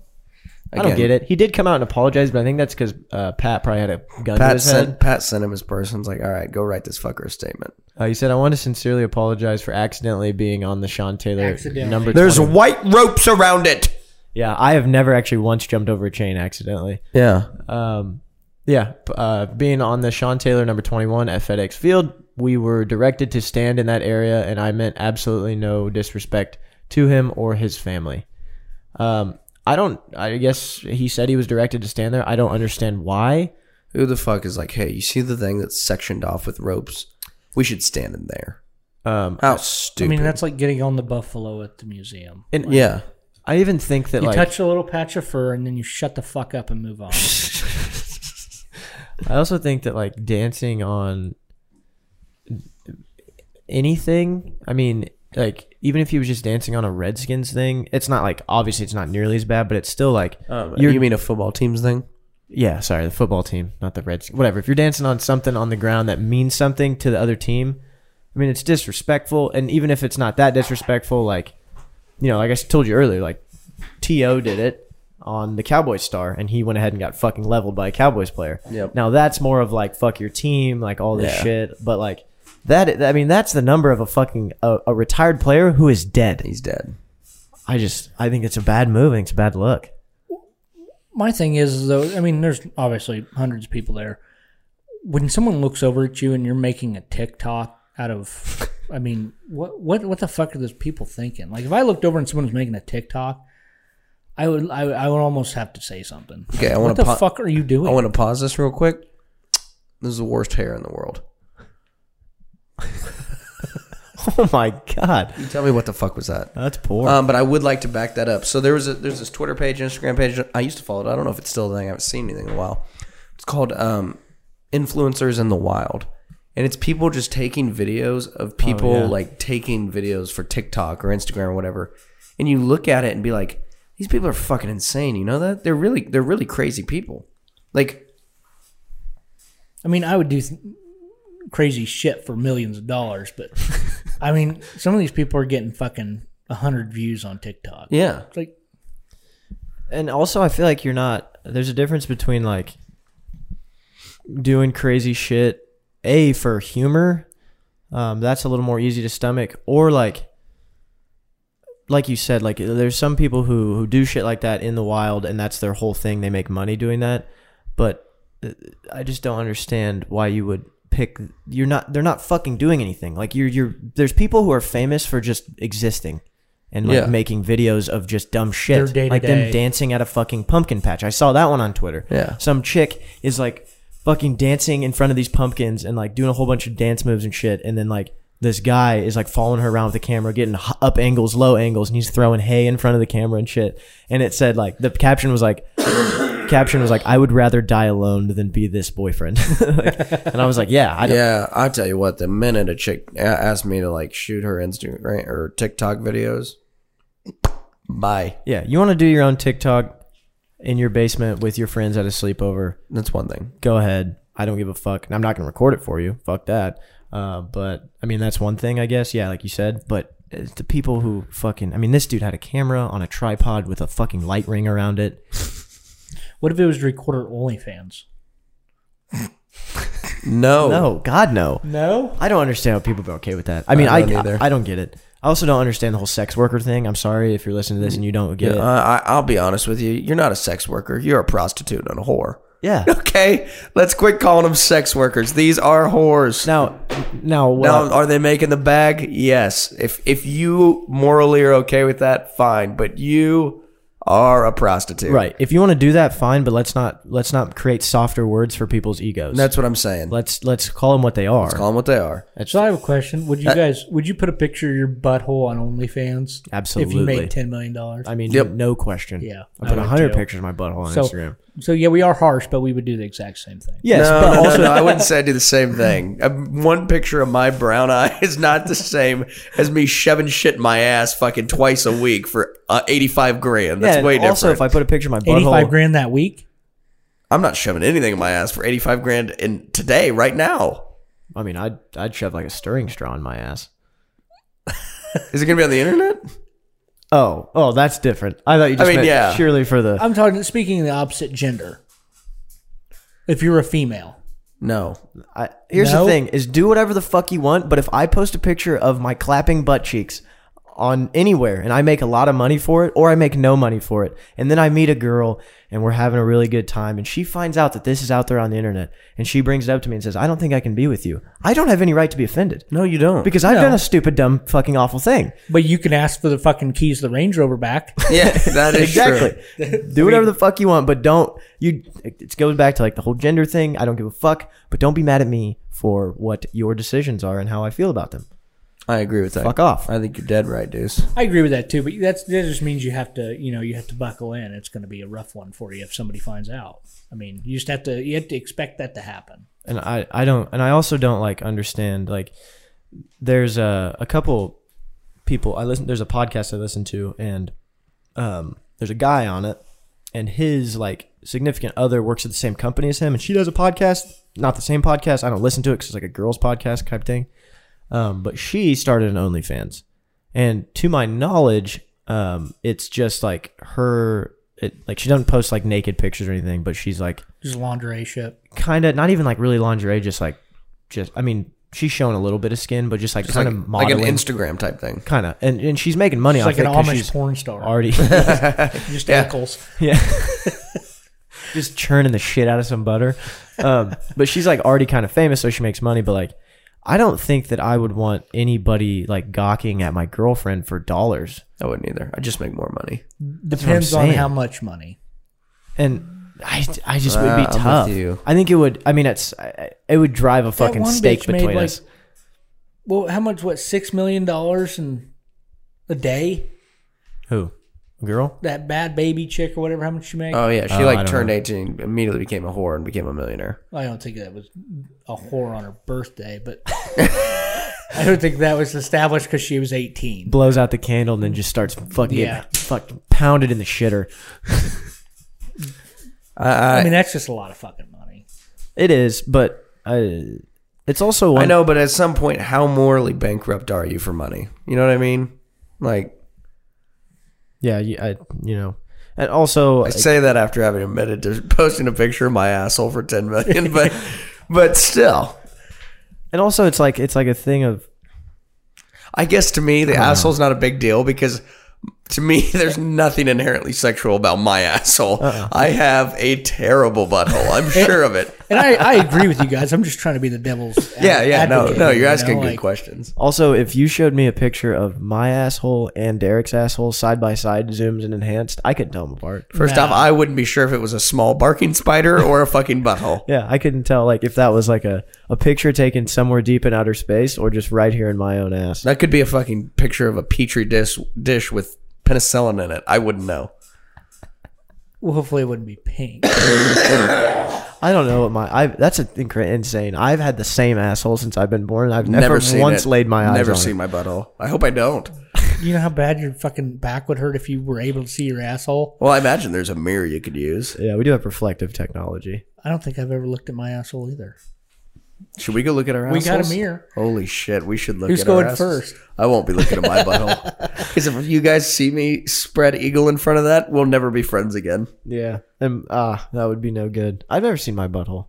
Speaker 1: I don't
Speaker 2: Again,
Speaker 1: get it. He did come out and apologize, but I think that's because uh, Pat probably had a gun to
Speaker 2: Pat
Speaker 1: his head.
Speaker 2: sent Pat sent him his person's like, all right, go write this fucker a statement.
Speaker 1: Uh, he said, "I want to sincerely apologize for accidentally being on the Sean Taylor
Speaker 3: Accidentally.
Speaker 1: number."
Speaker 2: There's
Speaker 1: 20."
Speaker 2: white ropes around it.
Speaker 1: yeah, I have never actually once jumped over a chain accidentally.
Speaker 2: Yeah.
Speaker 1: Um, yeah, p- uh, being on the Sean Taylor number 21 at FedEx Field, we were directed to stand in that area, and I meant absolutely no disrespect to him or his family. Um, I don't. I guess he said he was directed to stand there. I don't understand why.
Speaker 2: Who the fuck is like, hey, you see the thing that's sectioned off with ropes? We should stand in there.
Speaker 1: Um,
Speaker 2: How
Speaker 3: I
Speaker 2: stupid.
Speaker 3: mean, that's like getting on the buffalo at the museum.
Speaker 1: and
Speaker 2: yeah.
Speaker 1: I even think that
Speaker 3: You
Speaker 1: like
Speaker 3: touch a little patch of fur and then you shut the fuck up and move on.
Speaker 1: I also think that like dancing on anything, I mean, like even if he was just dancing on a Redskins thing, it's not like obviously it's not nearly as bad, but it's still like
Speaker 2: Um, you mean a football team's thing?
Speaker 1: yeah, sorry, the football team, not the Redskins. Whatever. If you're dancing on something on the ground that means something to the other team, I mean, it's disrespectful. And even if it's not that disrespectful, like, you know, like I s- told you earlier, like, T.O. did it on the Cowboys star, and he went ahead and got fucking leveled by a Cowboys player.
Speaker 2: Yep.
Speaker 1: Now, that's more of like, fuck your team, like all this
Speaker 2: Yeah.
Speaker 1: shit. But, like, that, I mean, that's the number of a fucking, a, a retired player who is dead.
Speaker 2: He's dead.
Speaker 1: I just, I think it's a bad move. I think it's a bad look.
Speaker 3: My thing is though, I mean, there's obviously hundreds of people there. When someone looks over at you and you're making a TikTok out of, I mean, what what what the fuck are those people thinking? Like, if I looked over and someone was making a TikTok, I would I, would- I would almost have to say something.
Speaker 2: Okay, I
Speaker 3: What
Speaker 2: want
Speaker 3: the
Speaker 2: to pa-
Speaker 3: fuck are you doing?
Speaker 2: I want to pause this real quick. This is the worst hair in the world.
Speaker 1: Oh my god,
Speaker 2: You tell me what the fuck was that?
Speaker 1: that's poor.
Speaker 2: Um, but I would like to back that up. So there was a there's this Twitter page, Instagram page. I used to follow it. I don't know if it's still a thing. I haven't seen anything in a while. It's called um, Influencers in the Wild, and it's people just taking videos of people
Speaker 1: yeah.
Speaker 2: like taking videos for TikTok or Instagram or whatever. And you look at it and be like, these people are fucking insane. You know that they're really they're really crazy people. Like
Speaker 3: I mean, I would do th- crazy shit for millions of dollars, but I mean, some of these people are getting fucking hundred views on TikTok.
Speaker 2: yeah,
Speaker 3: It's like
Speaker 1: and also I feel like you're not there's a difference between like doing crazy shit a for humor um that's a little more easy to stomach or like like you said like there's some people who who do shit like that in the wild and that's their whole thing they make money doing that but uh, I just don't understand why you would pick you're not they're not fucking doing anything like you're you're there's people who are famous for just existing and like
Speaker 2: Yeah.
Speaker 1: making videos of just dumb shit
Speaker 3: Their day to
Speaker 1: like them
Speaker 3: day.
Speaker 1: dancing at a fucking pumpkin patch. I saw that one on Twitter.
Speaker 2: Yeah.
Speaker 1: Some chick is like fucking dancing in front of these pumpkins and like doing a whole bunch of dance moves and shit. And then like this guy is like following her around with the camera, getting h- up angles, low angles, and he's throwing hay in front of the camera and shit. And it said like the caption was like, caption was like, I would rather die alone than be this boyfriend. Like, and I was like, yeah, I don't.
Speaker 2: yeah. I tell you what, the minute a chick a- asked me to like shoot her Instagram or TikTok videos, bye.
Speaker 1: Yeah, you want to do your own TikTok in your basement with your friends at a sleepover.
Speaker 2: That's one thing.
Speaker 1: go ahead. I don't give a fuck. And I'm not going to record it for you. Fuck that. Uh, but I mean, that's one thing, I guess. Yeah, like you said. But it's the people who fucking, I mean, this dude had a camera on a tripod with a fucking light ring around it.
Speaker 3: what if it was recorder OnlyFans?
Speaker 2: No.
Speaker 1: No, God, no.
Speaker 3: No.
Speaker 1: I don't understand how people be okay with that. I mean, I,
Speaker 2: I don't
Speaker 1: I,
Speaker 2: either.
Speaker 1: I don't get it. I also don't understand the whole sex worker thing. I'm sorry if you're listening to this and you don't get it.
Speaker 2: I, I- I'll be honest with you. You're not a sex worker. You're a prostitute and a whore.
Speaker 1: Yeah.
Speaker 2: Okay, let's quit calling them sex workers. These are whores.
Speaker 1: Now, now, what?
Speaker 2: Now, are they making the bag? Yes. If if you morally are okay with that, fine. But you are a prostitute.
Speaker 1: right. If you want to do that, fine. But let's not let's not create softer words for people's egos.
Speaker 2: That's what I'm saying.
Speaker 1: let's let's call them what they are.
Speaker 2: Call them what they are.
Speaker 3: So I have a question. Would you
Speaker 1: Uh,
Speaker 3: guys would you put a picture of your butthole on OnlyFans? If you
Speaker 1: Absolutely.
Speaker 3: made ten million dollars.
Speaker 1: I mean,
Speaker 2: Yep.
Speaker 1: no question.
Speaker 3: Yeah,
Speaker 1: I
Speaker 3: I
Speaker 1: put
Speaker 3: would
Speaker 1: hundred
Speaker 3: too.
Speaker 1: pictures of my butthole on
Speaker 3: So,
Speaker 1: Instagram.
Speaker 3: so yeah, we are harsh, but we would do the exact same thing.
Speaker 1: Yes,
Speaker 2: no,
Speaker 1: but
Speaker 2: no,
Speaker 1: also
Speaker 2: no, I wouldn't say I do the same thing. Uh, One picture of my brown eye is not the same as me shoving shit in my ass fucking twice a week for uh, 85 grand.
Speaker 1: yeah,
Speaker 2: That's
Speaker 1: and
Speaker 2: way different.
Speaker 1: also if I put a picture of my
Speaker 3: Eighty-five
Speaker 1: butthole,
Speaker 3: grand that week.
Speaker 2: I'm not shoving anything in my ass for 85 grand in today, right now.
Speaker 1: I mean, I'd I'd shove like a stirring straw in my ass.
Speaker 2: Is it going to be on the internet?
Speaker 1: Oh, oh, that's different. I thought you just
Speaker 2: mean,
Speaker 1: meant
Speaker 2: yeah.
Speaker 1: purely for the.
Speaker 3: I'm talking speaking of the opposite gender. If you're a female,
Speaker 2: No.
Speaker 1: I, here's
Speaker 3: No.
Speaker 1: the thing: is do whatever the fuck you want. But if I post a picture of my clapping butt cheeks on anywhere, and I make a lot of money for it, or I make no money for it, and then I meet a girl and we're having a really good time, and she finds out that this is out there on the internet, and she brings it up to me and says, "I don't think I can be with you." I don't have any right to be offended.
Speaker 2: No, you don't.
Speaker 1: because I've done a stupid, dumb, fucking awful thing.
Speaker 3: but you can ask for the fucking keys to the Range Rover back.
Speaker 2: yeah, that is exactly. true.
Speaker 1: Do whatever the fuck you want, but don't you. It goes back to like the whole gender thing. I don't give a fuck, but don't be mad at me for what your decisions are and how I feel about them.
Speaker 2: I agree with that.
Speaker 1: Fuck off.
Speaker 2: I think you're dead right, Deuce.
Speaker 3: I agree with that too, but that's that just means you have to, you know, you have to buckle in. It's going to be a rough one for you if somebody finds out. I mean, you just have to you have to expect that to happen.
Speaker 1: and I, I don't and I also don't like understand like there's a a couple people I listen there's a podcast I listen to and um there's a guy on it and his like significant other works at the same company as him and she does a podcast not the same podcast I don't listen to it because it's like a girls podcast type thing um but she started an OnlyFans and to my knowledge um it's just like her it, like she doesn't post like naked pictures or anything but she's like
Speaker 3: Just lingerie shit.
Speaker 1: kind of not even like really lingerie, just like just I mean she's showing a little bit of skin, but just like kind of
Speaker 2: like
Speaker 1: modeling,
Speaker 2: an Instagram type thing.
Speaker 1: kind of, and and she's making money
Speaker 3: It's
Speaker 1: off
Speaker 3: like
Speaker 1: it
Speaker 3: an
Speaker 1: 'cause
Speaker 3: Amish
Speaker 1: she's
Speaker 3: porn star.
Speaker 1: already
Speaker 3: just
Speaker 2: Yeah.
Speaker 3: ankles.
Speaker 1: yeah. just churning the shit out of some butter. Um, but she's like already kind of famous, so she makes money. But like, I don't think that I would want anybody like gawking at my girlfriend for dollars.
Speaker 2: I wouldn't either. I just make more money.
Speaker 3: Depends
Speaker 1: I'm
Speaker 3: on
Speaker 1: saying.
Speaker 3: how much money.
Speaker 1: And I, I just
Speaker 3: Ah,
Speaker 1: would be
Speaker 2: Uh, I'm with
Speaker 1: tough.
Speaker 2: you.
Speaker 1: I think it would. I mean, it's I- it would drive a fucking
Speaker 3: one
Speaker 1: stake
Speaker 3: bitch made,
Speaker 1: between
Speaker 3: like,
Speaker 1: us.
Speaker 3: well, how much? What six million dollars in a day?
Speaker 1: Who? A girl?
Speaker 3: That bad baby chick or whatever. How much she make?
Speaker 2: Oh yeah, she
Speaker 1: I
Speaker 2: like
Speaker 1: don't
Speaker 2: turned eighteen, immediately became a whore and became a millionaire.
Speaker 3: I don't think that was a whore on her birthday, but I don't think that was established because she was eighteen.
Speaker 1: Blows out the candle and then just starts fucking
Speaker 3: Yeah.
Speaker 1: getting fucking pounded in the shitter.
Speaker 3: I mean, that's just a lot of fucking money.
Speaker 1: It is, but I, it's also one.
Speaker 2: I know, but at some point, how morally bankrupt are you for money? You know what I mean? Like
Speaker 1: Yeah, you, I you know, and also
Speaker 2: I say that after having admitted to posting a picture of my asshole for ten million, but but still,
Speaker 1: and also it's like it's like a thing of
Speaker 2: I guess to me the asshole's not a big deal because to me there's nothing inherently sexual about my asshole. I have a terrible butthole. I'm sure of it.
Speaker 3: And I, I agree with you guys. I'm just trying to be the devil's.
Speaker 2: Yeah, yeah, no,
Speaker 3: advocate,
Speaker 2: no,
Speaker 3: you
Speaker 2: you're
Speaker 3: know,
Speaker 2: asking good
Speaker 3: like,
Speaker 2: questions.
Speaker 1: also if you showed me a picture of my asshole and Derek's asshole side by side, zooms and enhanced, I could tell them apart.
Speaker 2: First off, I wouldn't be sure if it was a small barking spider or a fucking butthole.
Speaker 1: Yeah, I couldn't tell like if that was like a, a picture taken somewhere deep in outer space or just right here in my own ass.
Speaker 2: That could be a fucking picture of a petri dish dish with penicillin in it. I wouldn't know.
Speaker 3: Well, hopefully, it wouldn't be pink.
Speaker 1: I don't know what my I that's a, incre- insane. I've had the same asshole since I've been born. and I've never,
Speaker 2: Never seen
Speaker 1: once
Speaker 2: it.
Speaker 1: laid my eyes
Speaker 2: Never
Speaker 1: on
Speaker 2: seen
Speaker 1: it.
Speaker 2: my butthole. I hope I don't.
Speaker 3: you know how bad your fucking back would hurt if you were able to see your asshole.
Speaker 2: Well, I imagine there's a mirror you could use.
Speaker 1: Yeah, we do have reflective technology.
Speaker 3: I don't think I've ever looked at my asshole either.
Speaker 2: Should we go look at our?
Speaker 3: We got a
Speaker 2: assholes?
Speaker 3: mirror.
Speaker 2: Holy shit! We should look.
Speaker 3: Who's
Speaker 2: at our
Speaker 3: going
Speaker 2: assholes.
Speaker 3: first?
Speaker 2: I won't be looking at my butthole because if you guys see me spread eagle in front of that, we'll never be friends again.
Speaker 1: Yeah, and ah, that would be no good. I've never seen my butthole.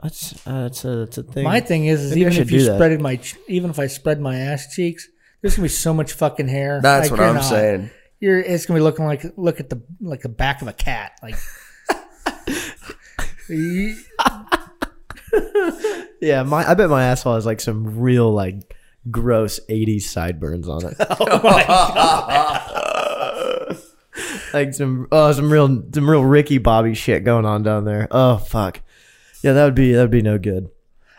Speaker 1: That's uh, that's a that's a thing.
Speaker 3: My thing is, is
Speaker 1: Maybe I
Speaker 3: even
Speaker 1: should
Speaker 3: if you
Speaker 1: do that.
Speaker 3: spreaded my, ch- even if I spread my ass cheeks, there's gonna be so much fucking hair.
Speaker 2: That's
Speaker 3: I
Speaker 2: what I'm
Speaker 3: cannot.
Speaker 2: saying.
Speaker 3: You're, it's gonna be looking like look at the like the back of a cat. Like, You-
Speaker 1: yeah, my I bet my asshole has like some real like gross '80s sideburns on it. like some oh some real some real Ricky Bobby shit going on down there. Oh fuck, yeah, that would be that would be no good.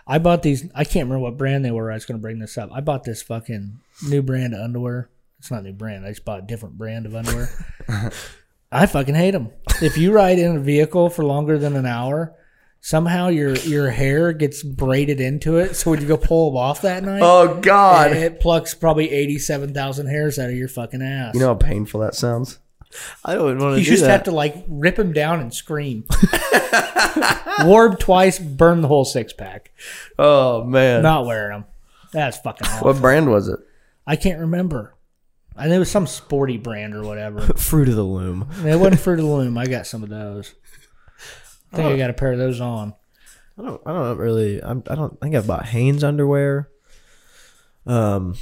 Speaker 3: I bought these. I can't remember what brand they were. I was going to bring this up. I bought this fucking new brand of underwear. It's not a new brand. I just bought a different brand of underwear. I fucking hate them. If you ride in a vehicle for longer than an hour, somehow your your hair gets braided into it. So when you go pull them off that night,
Speaker 2: Oh God!
Speaker 3: it plucks probably eighty seven thousand hairs out of your fucking ass.
Speaker 2: You know how painful that sounds.
Speaker 1: I don't want
Speaker 3: you
Speaker 1: to do
Speaker 3: just
Speaker 1: that.
Speaker 3: have to like rip them down and scream. Warb twice, burn the whole six pack.
Speaker 2: Oh man!
Speaker 3: Not wearing them. That's fucking awful.
Speaker 2: What brand was it?
Speaker 3: I can't remember. I think it was some sporty brand or whatever.
Speaker 1: Fruit of the loom.
Speaker 3: it wasn't Fruit of the Loom. I got some of those. I think
Speaker 1: Oh.
Speaker 3: I got a pair of those on.
Speaker 1: I don't. I don't really. I'm, I don't think I've bought Hanes underwear. Um,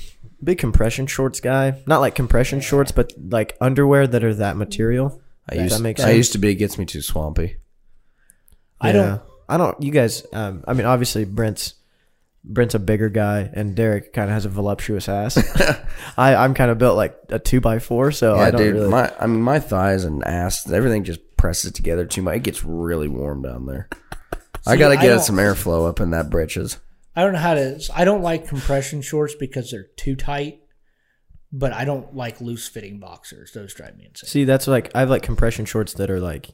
Speaker 1: big compression shorts guy. Not like compression shorts, but like underwear that are that material.
Speaker 2: I
Speaker 1: That-
Speaker 2: used,
Speaker 1: that makes
Speaker 2: I
Speaker 1: sense.
Speaker 2: used to be. It gets me too swampy.
Speaker 3: I
Speaker 1: Yeah.
Speaker 3: don't.
Speaker 1: I don't. You guys. Um, I mean, obviously, Brent's Brent's a bigger guy, and Derek kind of has a voluptuous ass. I I'm kind of built like a two by four, so I
Speaker 2: Yeah,
Speaker 1: don't
Speaker 2: dude.
Speaker 1: really.
Speaker 2: My, I mean, my thighs and ass, everything just presses together too much. It gets really warm down there. I
Speaker 3: See,
Speaker 2: gotta
Speaker 3: I
Speaker 2: get
Speaker 3: don't-
Speaker 2: some airflow up in that britches.
Speaker 3: I don't know how to. I don't like compression shorts because they're too tight. But I don't like loose fitting boxers. Those drive me insane.
Speaker 1: See, that's like I have like compression shorts that are like,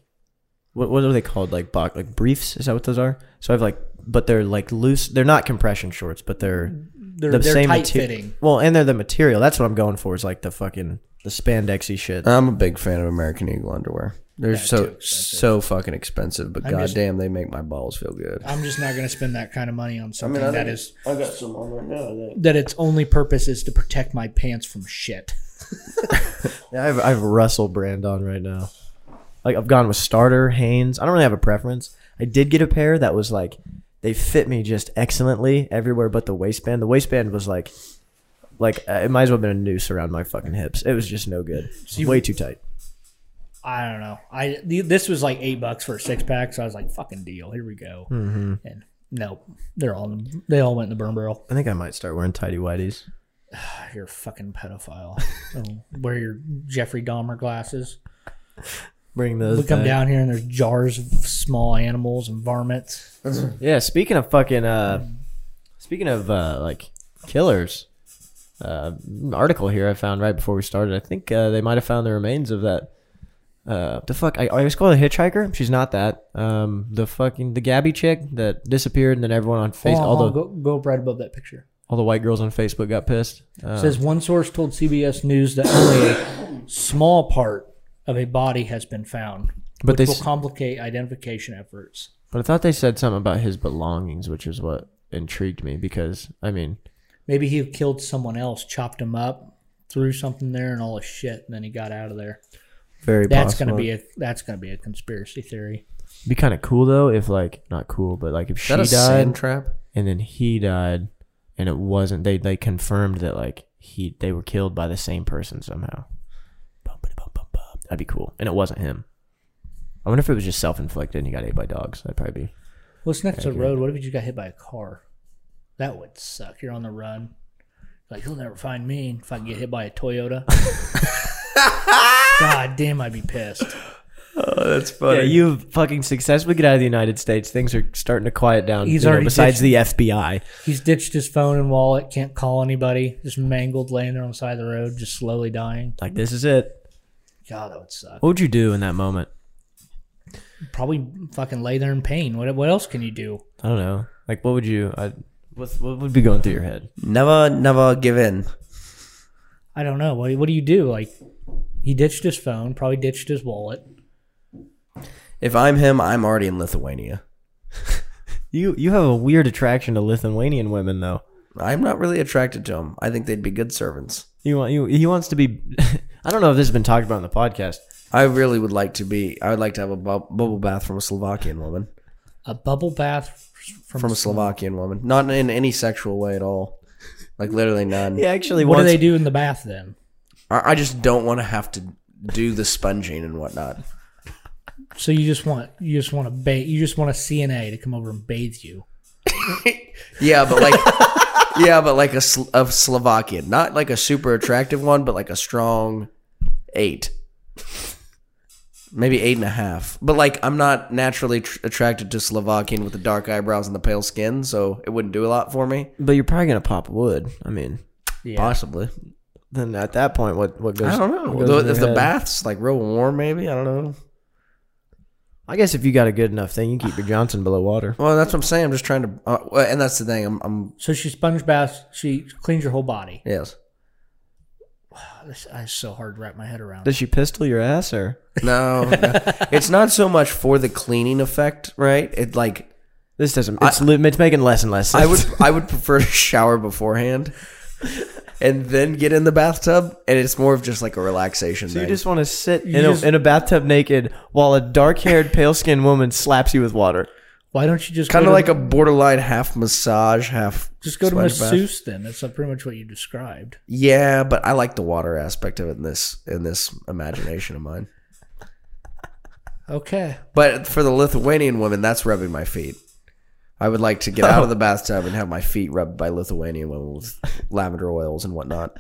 Speaker 1: what what are they called? Like box, like briefs? Is that what those are? So I have like, but they're like loose. They're not compression shorts, but
Speaker 2: Mm-hmm.
Speaker 1: they're the
Speaker 3: They're, they're
Speaker 1: same
Speaker 3: tight
Speaker 1: mate-
Speaker 3: fitting.
Speaker 1: Well, and they're the material. That's what I'm going for. Is like the fucking the spandexy shit.
Speaker 2: I'm a big fan of American Eagle underwear. They're so so fucking expensive, but
Speaker 3: just-
Speaker 2: goddamn, they make my balls feel good.
Speaker 3: I'm just not going to spend that kind of money on something that is
Speaker 2: I got some on right now.
Speaker 3: that its only purpose is to protect my pants from shit.
Speaker 1: I have I have Russell brand on right now. Like I've gone with starter Hanes. I don't really have a preference. I did get a pair that was like they fit me just excellently everywhere but the waistband. The waistband was like like uh, it might as well have been a noose around my fucking hips. It was just no good. Way too tight.
Speaker 3: I don't know. I th- this was like eight bucks for a six pack, so I was like, "Fucking deal, here we go."
Speaker 1: Mm-hmm.
Speaker 3: And nope, they're all they all went in the burn barrel.
Speaker 1: I think I might start wearing tidy whities.
Speaker 3: You're a fucking pedophile. Oh, wear your Jeffrey Dahmer glasses.
Speaker 1: Bring those.
Speaker 3: We come
Speaker 1: back.
Speaker 3: down here and there's jars of small animals and varmints.
Speaker 1: Yeah. Speaking of fucking uh, Speaking of uh, like killers, uh, an article here I found right before we started. I think uh, they might have found the remains of that. Uh, the fuck I, I always call her the hitchhiker. She's not that. Um, the fucking the Gabby chick that disappeared, and then everyone on
Speaker 3: Hold
Speaker 1: face
Speaker 3: on,
Speaker 1: all
Speaker 3: hold on,
Speaker 1: the
Speaker 3: go, go up right above that picture.
Speaker 1: all the white girls on Facebook got pissed. Uh,
Speaker 3: It says one source told CBS News that only a small part of a body has been found,
Speaker 1: but they
Speaker 3: which will
Speaker 1: s-
Speaker 3: complicate identification efforts.
Speaker 1: but I thought they said something about his belongings, which is what intrigued me because I mean
Speaker 3: Maybe he killed someone else, chopped him up, threw something there, and all this shit, and then he got out of there.
Speaker 1: very
Speaker 3: That's gonna be a that's gonna be a conspiracy theory.
Speaker 1: be kind of cool though if like not cool but like if she
Speaker 2: that
Speaker 1: died
Speaker 2: a sand trap?
Speaker 1: and then he died and it wasn't they they confirmed that like he they were killed by the same person somehow Bum, ba, da, bum, bum, bum. that'd be cool and it wasn't him i wonder if it was just self-inflicted and he got ate by dogs that'd probably be
Speaker 3: What's next to the road? What if you just got hit by a car? That would suck. You're on the run. Like he'll never find me if I can get hit by a Toyota. God damn, I'd be pissed.
Speaker 2: Oh, that's funny.
Speaker 1: yeah, you fucking successfully get out of the United States. Things are starting to quiet down.
Speaker 3: He's
Speaker 1: you know,
Speaker 3: already
Speaker 1: besides the FBI.
Speaker 3: He's ditched his phone and wallet, can't call anybody, just mangled, laying there on the side of the road, just slowly dying.
Speaker 1: Like this is it.
Speaker 3: God, that would suck.
Speaker 1: What would you do in that moment?
Speaker 3: Probably fucking lay there in pain. What what else can you do?
Speaker 1: I don't know. Like what would you? I, what's, what would be going through your head?
Speaker 2: never, never give in.
Speaker 3: I don't know. What what do you do? Like he ditched his phone, probably ditched his wallet.
Speaker 2: If I'm him, I'm already in Lithuania.
Speaker 1: You you have a weird attraction to Lithuanian women though.
Speaker 2: I'm not really attracted to him. I think they'd be good servants.
Speaker 1: He want you he wants to be. I don't know if this has been talked about on the podcast.
Speaker 2: I really would like to be. I would like to have a bu- bubble bath from a Slovakian woman.
Speaker 3: A bubble bath from,
Speaker 2: From a Slovakian woman, not in any sexual way at all. Like literally none.
Speaker 1: He actually
Speaker 3: What do
Speaker 1: wants.
Speaker 3: they do in the bath then?
Speaker 2: I, I just don't want to have to do the sponging and whatnot.
Speaker 3: So you just want you just want to bathe you just want a CNA to come over and bathe you.
Speaker 2: Yeah, but like, yeah, but like a, Sl- a Slovakian, not like a super attractive one, but like a strong eight, maybe eight and a half. But like, I'm not naturally tr- attracted to Slovakian with the dark eyebrows and the pale skin, so it wouldn't do a lot for me.
Speaker 1: but you're probably gonna pop wood. I mean,
Speaker 3: Yeah.
Speaker 2: Possibly,
Speaker 1: then at that point, what what goes?
Speaker 2: I don't know.
Speaker 1: what goes in
Speaker 2: Though if
Speaker 1: your
Speaker 2: the
Speaker 1: head?
Speaker 2: bath's like real warm, maybe I don't know.
Speaker 1: I guess if you got a good enough thing, you keep your Johnson below water.
Speaker 2: Well, that's what I'm saying. I'm just trying to, uh, well, and that's the thing. I'm, I'm
Speaker 3: So she sponge baths, she cleans your whole body.
Speaker 2: yes.
Speaker 3: This is so hard to wrap my head around.
Speaker 1: Does she pistol your ass or?
Speaker 2: No, no. it's not so much for the cleaning effect, right? It like
Speaker 1: This doesn't. It's, li- it's making less and less. Sense.
Speaker 2: I would I would prefer to shower beforehand and then get in the bathtub and it's more of just like a relaxation
Speaker 1: You
Speaker 2: thing.
Speaker 1: just want to sit
Speaker 3: You
Speaker 1: in a,
Speaker 3: just-
Speaker 1: in a bathtub naked while a dark-haired, pale-skinned woman slaps you with water.
Speaker 3: Why don't you just
Speaker 2: kind
Speaker 3: go
Speaker 2: of
Speaker 3: to-
Speaker 2: like a borderline half massage, half
Speaker 3: Just go to
Speaker 2: sponge bath.
Speaker 3: masseuse then. That's uh, pretty much what you described.
Speaker 2: Yeah, but I like the water aspect of it in this in this imagination of mine.
Speaker 3: Okay.
Speaker 2: But for the Lithuanian woman, that's rubbing my feet. I would like to get out of the bathtub and have my feet rubbed by Lithuanian women with lavender oils and whatnot.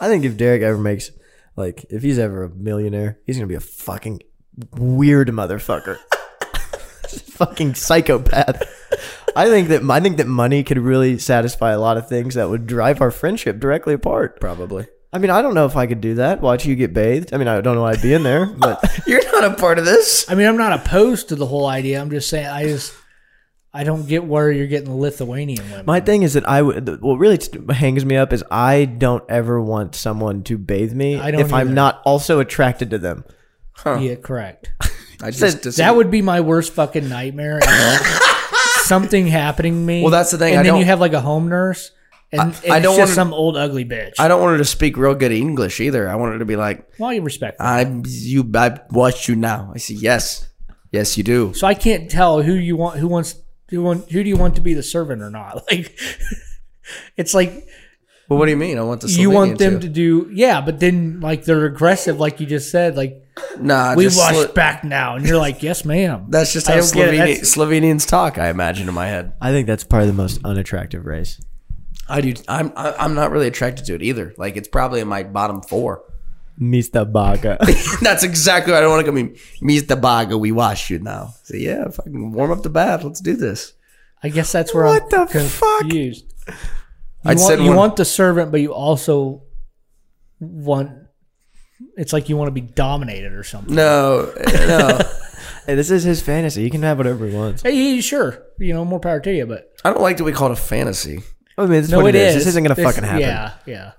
Speaker 1: I think if Derek ever makes like if he's ever a millionaire, he's gonna be a fucking weird motherfucker. fucking psychopath. I think that I think that money could really satisfy a lot of things that would drive our friendship directly apart.
Speaker 2: Probably.
Speaker 1: I mean, I don't know if I could do that. Watch you get bathed. I mean, I don't know why I'd be in there, but
Speaker 2: You're not a part of this.
Speaker 3: I mean, I'm not opposed to the whole idea. I'm just saying, I just, I don't get where you're getting the Lithuanian women.
Speaker 1: my thing is that I would. What really hangs me up is I don't ever want someone to bathe me
Speaker 3: I don't
Speaker 1: if I'm
Speaker 3: either.
Speaker 1: not also attracted to them.
Speaker 3: yeah, correct.
Speaker 2: I just disagree.
Speaker 3: That would be my worst fucking nightmare. something happening to me.
Speaker 2: Uh-huh. Well, that's the thing,
Speaker 3: And
Speaker 2: I
Speaker 3: then
Speaker 2: don't-
Speaker 3: you have like a home nurse, and, and
Speaker 2: I
Speaker 3: it's
Speaker 2: don't
Speaker 3: just
Speaker 2: wanna-
Speaker 3: some old ugly bitch.
Speaker 2: I don't want her to speak real good English either. I want her to be like,
Speaker 3: well, you respect. That.
Speaker 2: I'm you. I watch you now. I say yes, yes, you do.
Speaker 3: So I can't tell who you want, who wants, who want, who do you want to be the servant or not? Like, it's like
Speaker 2: Well, what do you mean? I want the
Speaker 3: you want
Speaker 2: Slovenian
Speaker 3: them to do yeah but then like they're aggressive like you just said like
Speaker 2: Nah,
Speaker 3: we
Speaker 2: just
Speaker 3: wash
Speaker 2: Slo-
Speaker 3: back now and you're like yes ma'am
Speaker 2: that's just
Speaker 3: I
Speaker 2: how
Speaker 3: don't get it.
Speaker 2: Sloveni-
Speaker 3: That's-
Speaker 2: Slovenians talk. I imagine in my head.
Speaker 1: I think that's probably the most unattractive race.
Speaker 2: I do. I'm I- I'm not really attracted to it either. Like it's probably in my bottom four.
Speaker 1: Mista Baga.
Speaker 2: that's exactly. What I don't want to come in. Meet the baga. We wash you now. So yeah, fucking warm up the bath. Let's do this.
Speaker 3: i I guess that's where
Speaker 2: What
Speaker 3: I'm
Speaker 2: the fuck?
Speaker 3: confused. You,
Speaker 2: I'd
Speaker 3: want,
Speaker 2: send
Speaker 3: you
Speaker 2: one-
Speaker 3: want the servant, but you also want. It's like you want to be dominated or something.
Speaker 2: No, no.
Speaker 1: Hey, this is his fantasy. He can have whatever he wants.
Speaker 3: Hey, sure, you know, more power to you, but
Speaker 2: I don't like that we call it a fantasy.
Speaker 1: I mean, this is
Speaker 3: no,
Speaker 1: what
Speaker 3: it is.
Speaker 1: This isn't gonna
Speaker 3: It's-
Speaker 1: fucking happen.
Speaker 3: Yeah, yeah.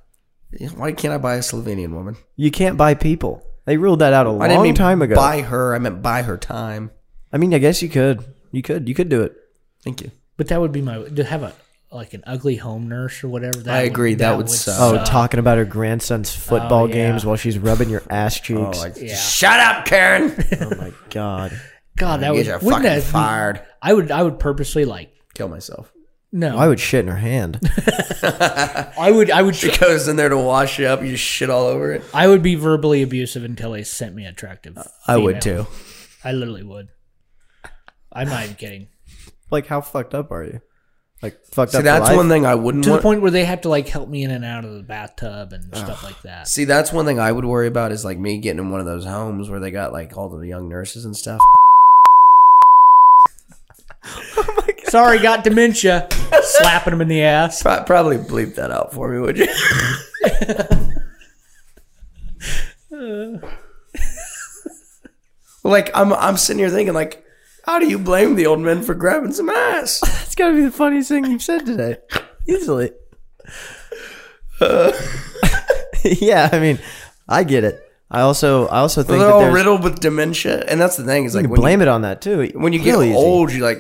Speaker 2: Why can't I buy a Slovenian woman?
Speaker 1: You can't buy people. They ruled that out a
Speaker 2: I
Speaker 1: long time ago.
Speaker 2: buy her. I meant buy her time.
Speaker 1: I mean, I guess you could. You could. You could do it.
Speaker 2: Thank you.
Speaker 3: But that would be my to have a like an ugly home nurse or whatever. That
Speaker 2: I agree, that would suck.
Speaker 1: Oh,
Speaker 2: Oh,
Speaker 1: talking about her grandson's football
Speaker 3: yeah.
Speaker 1: games while she's rubbing your
Speaker 2: Oh,
Speaker 1: ass cheeks.
Speaker 3: Yeah.
Speaker 2: Shut up, Karen.
Speaker 1: oh my god.
Speaker 3: God, that
Speaker 2: you
Speaker 3: would
Speaker 2: guys are
Speaker 3: wouldn't
Speaker 2: fucking
Speaker 3: that be-
Speaker 2: fired.
Speaker 3: I would I would purposely like
Speaker 2: Kill myself.
Speaker 3: no.
Speaker 1: I would shit in her hand.
Speaker 3: I would I would
Speaker 2: She goes in there to wash you up. You just shit all over it.
Speaker 3: I would be verbally abusive until they sent me attractive.
Speaker 2: I would
Speaker 3: female.
Speaker 2: too.
Speaker 3: I literally would. I'm not even kidding.
Speaker 1: like, how fucked up are you? Like, fucked
Speaker 2: See,
Speaker 1: up.
Speaker 2: that's
Speaker 1: for life?
Speaker 2: one thing I wouldn't
Speaker 3: To
Speaker 2: want.
Speaker 3: the point where they have to like help me in and out of the bathtub and stuff like that.
Speaker 2: See, that's one thing I would worry about is like me getting in one of those homes where they got like all the young nurses and stuff.
Speaker 3: Sorry, got dementia. Slapping them in the ass.
Speaker 2: Pro- Probably bleep that out for me, would you? like I'm, I'm sitting here thinking like, how do you blame the old men for grabbing some ass?
Speaker 1: That's gotta be the funniest thing you've said today. Easily. yeah, I mean, I get it. I also, I also think
Speaker 2: They're
Speaker 1: that
Speaker 2: all
Speaker 1: there's,
Speaker 2: riddled with dementia, and that's the thing is like
Speaker 1: you
Speaker 2: when
Speaker 1: blame it on that too.
Speaker 2: you, when you get
Speaker 1: Real easy.
Speaker 2: old, you like.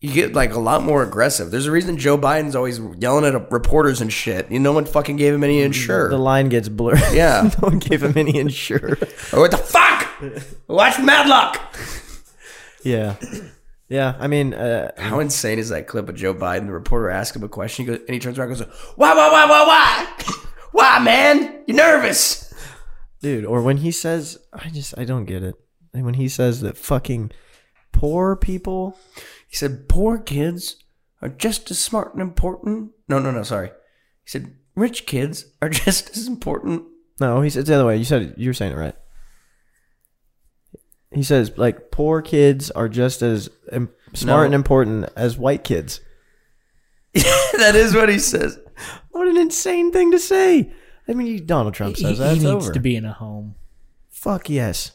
Speaker 2: You get like a lot more aggressive. There's a reason Joe Biden's always yelling at uh, reporters and shit. You know, no one fucking gave him
Speaker 1: Mm,
Speaker 2: any insurance.
Speaker 1: the line gets blurred.
Speaker 2: Yeah.
Speaker 1: no one gave him any insure.
Speaker 2: Oh, what the fuck? Watch Madlock.
Speaker 1: yeah, yeah. I mean, uh,
Speaker 2: How insane is that clip of Joe Biden? The reporter asks him a question, he goes, and he turns around and goes, "Why, why, why, why, why? Why, man? You nervous?"
Speaker 1: dude or when he says i just i don't get it and when he says that fucking poor people
Speaker 2: He said, "Poor kids are just as smart and important." No, no, no. Sorry. He said, "Rich kids are just as important."
Speaker 1: no he says the other way you said it, you were saying it right he says like poor kids are just as im- smart
Speaker 2: No.
Speaker 1: and important as white kids
Speaker 2: that is what he says.
Speaker 1: what an insane thing to say i mean you, donald trump
Speaker 3: He,
Speaker 1: says
Speaker 3: he
Speaker 1: that. that's
Speaker 3: needs
Speaker 1: over
Speaker 3: to be in a home.
Speaker 1: fuck yes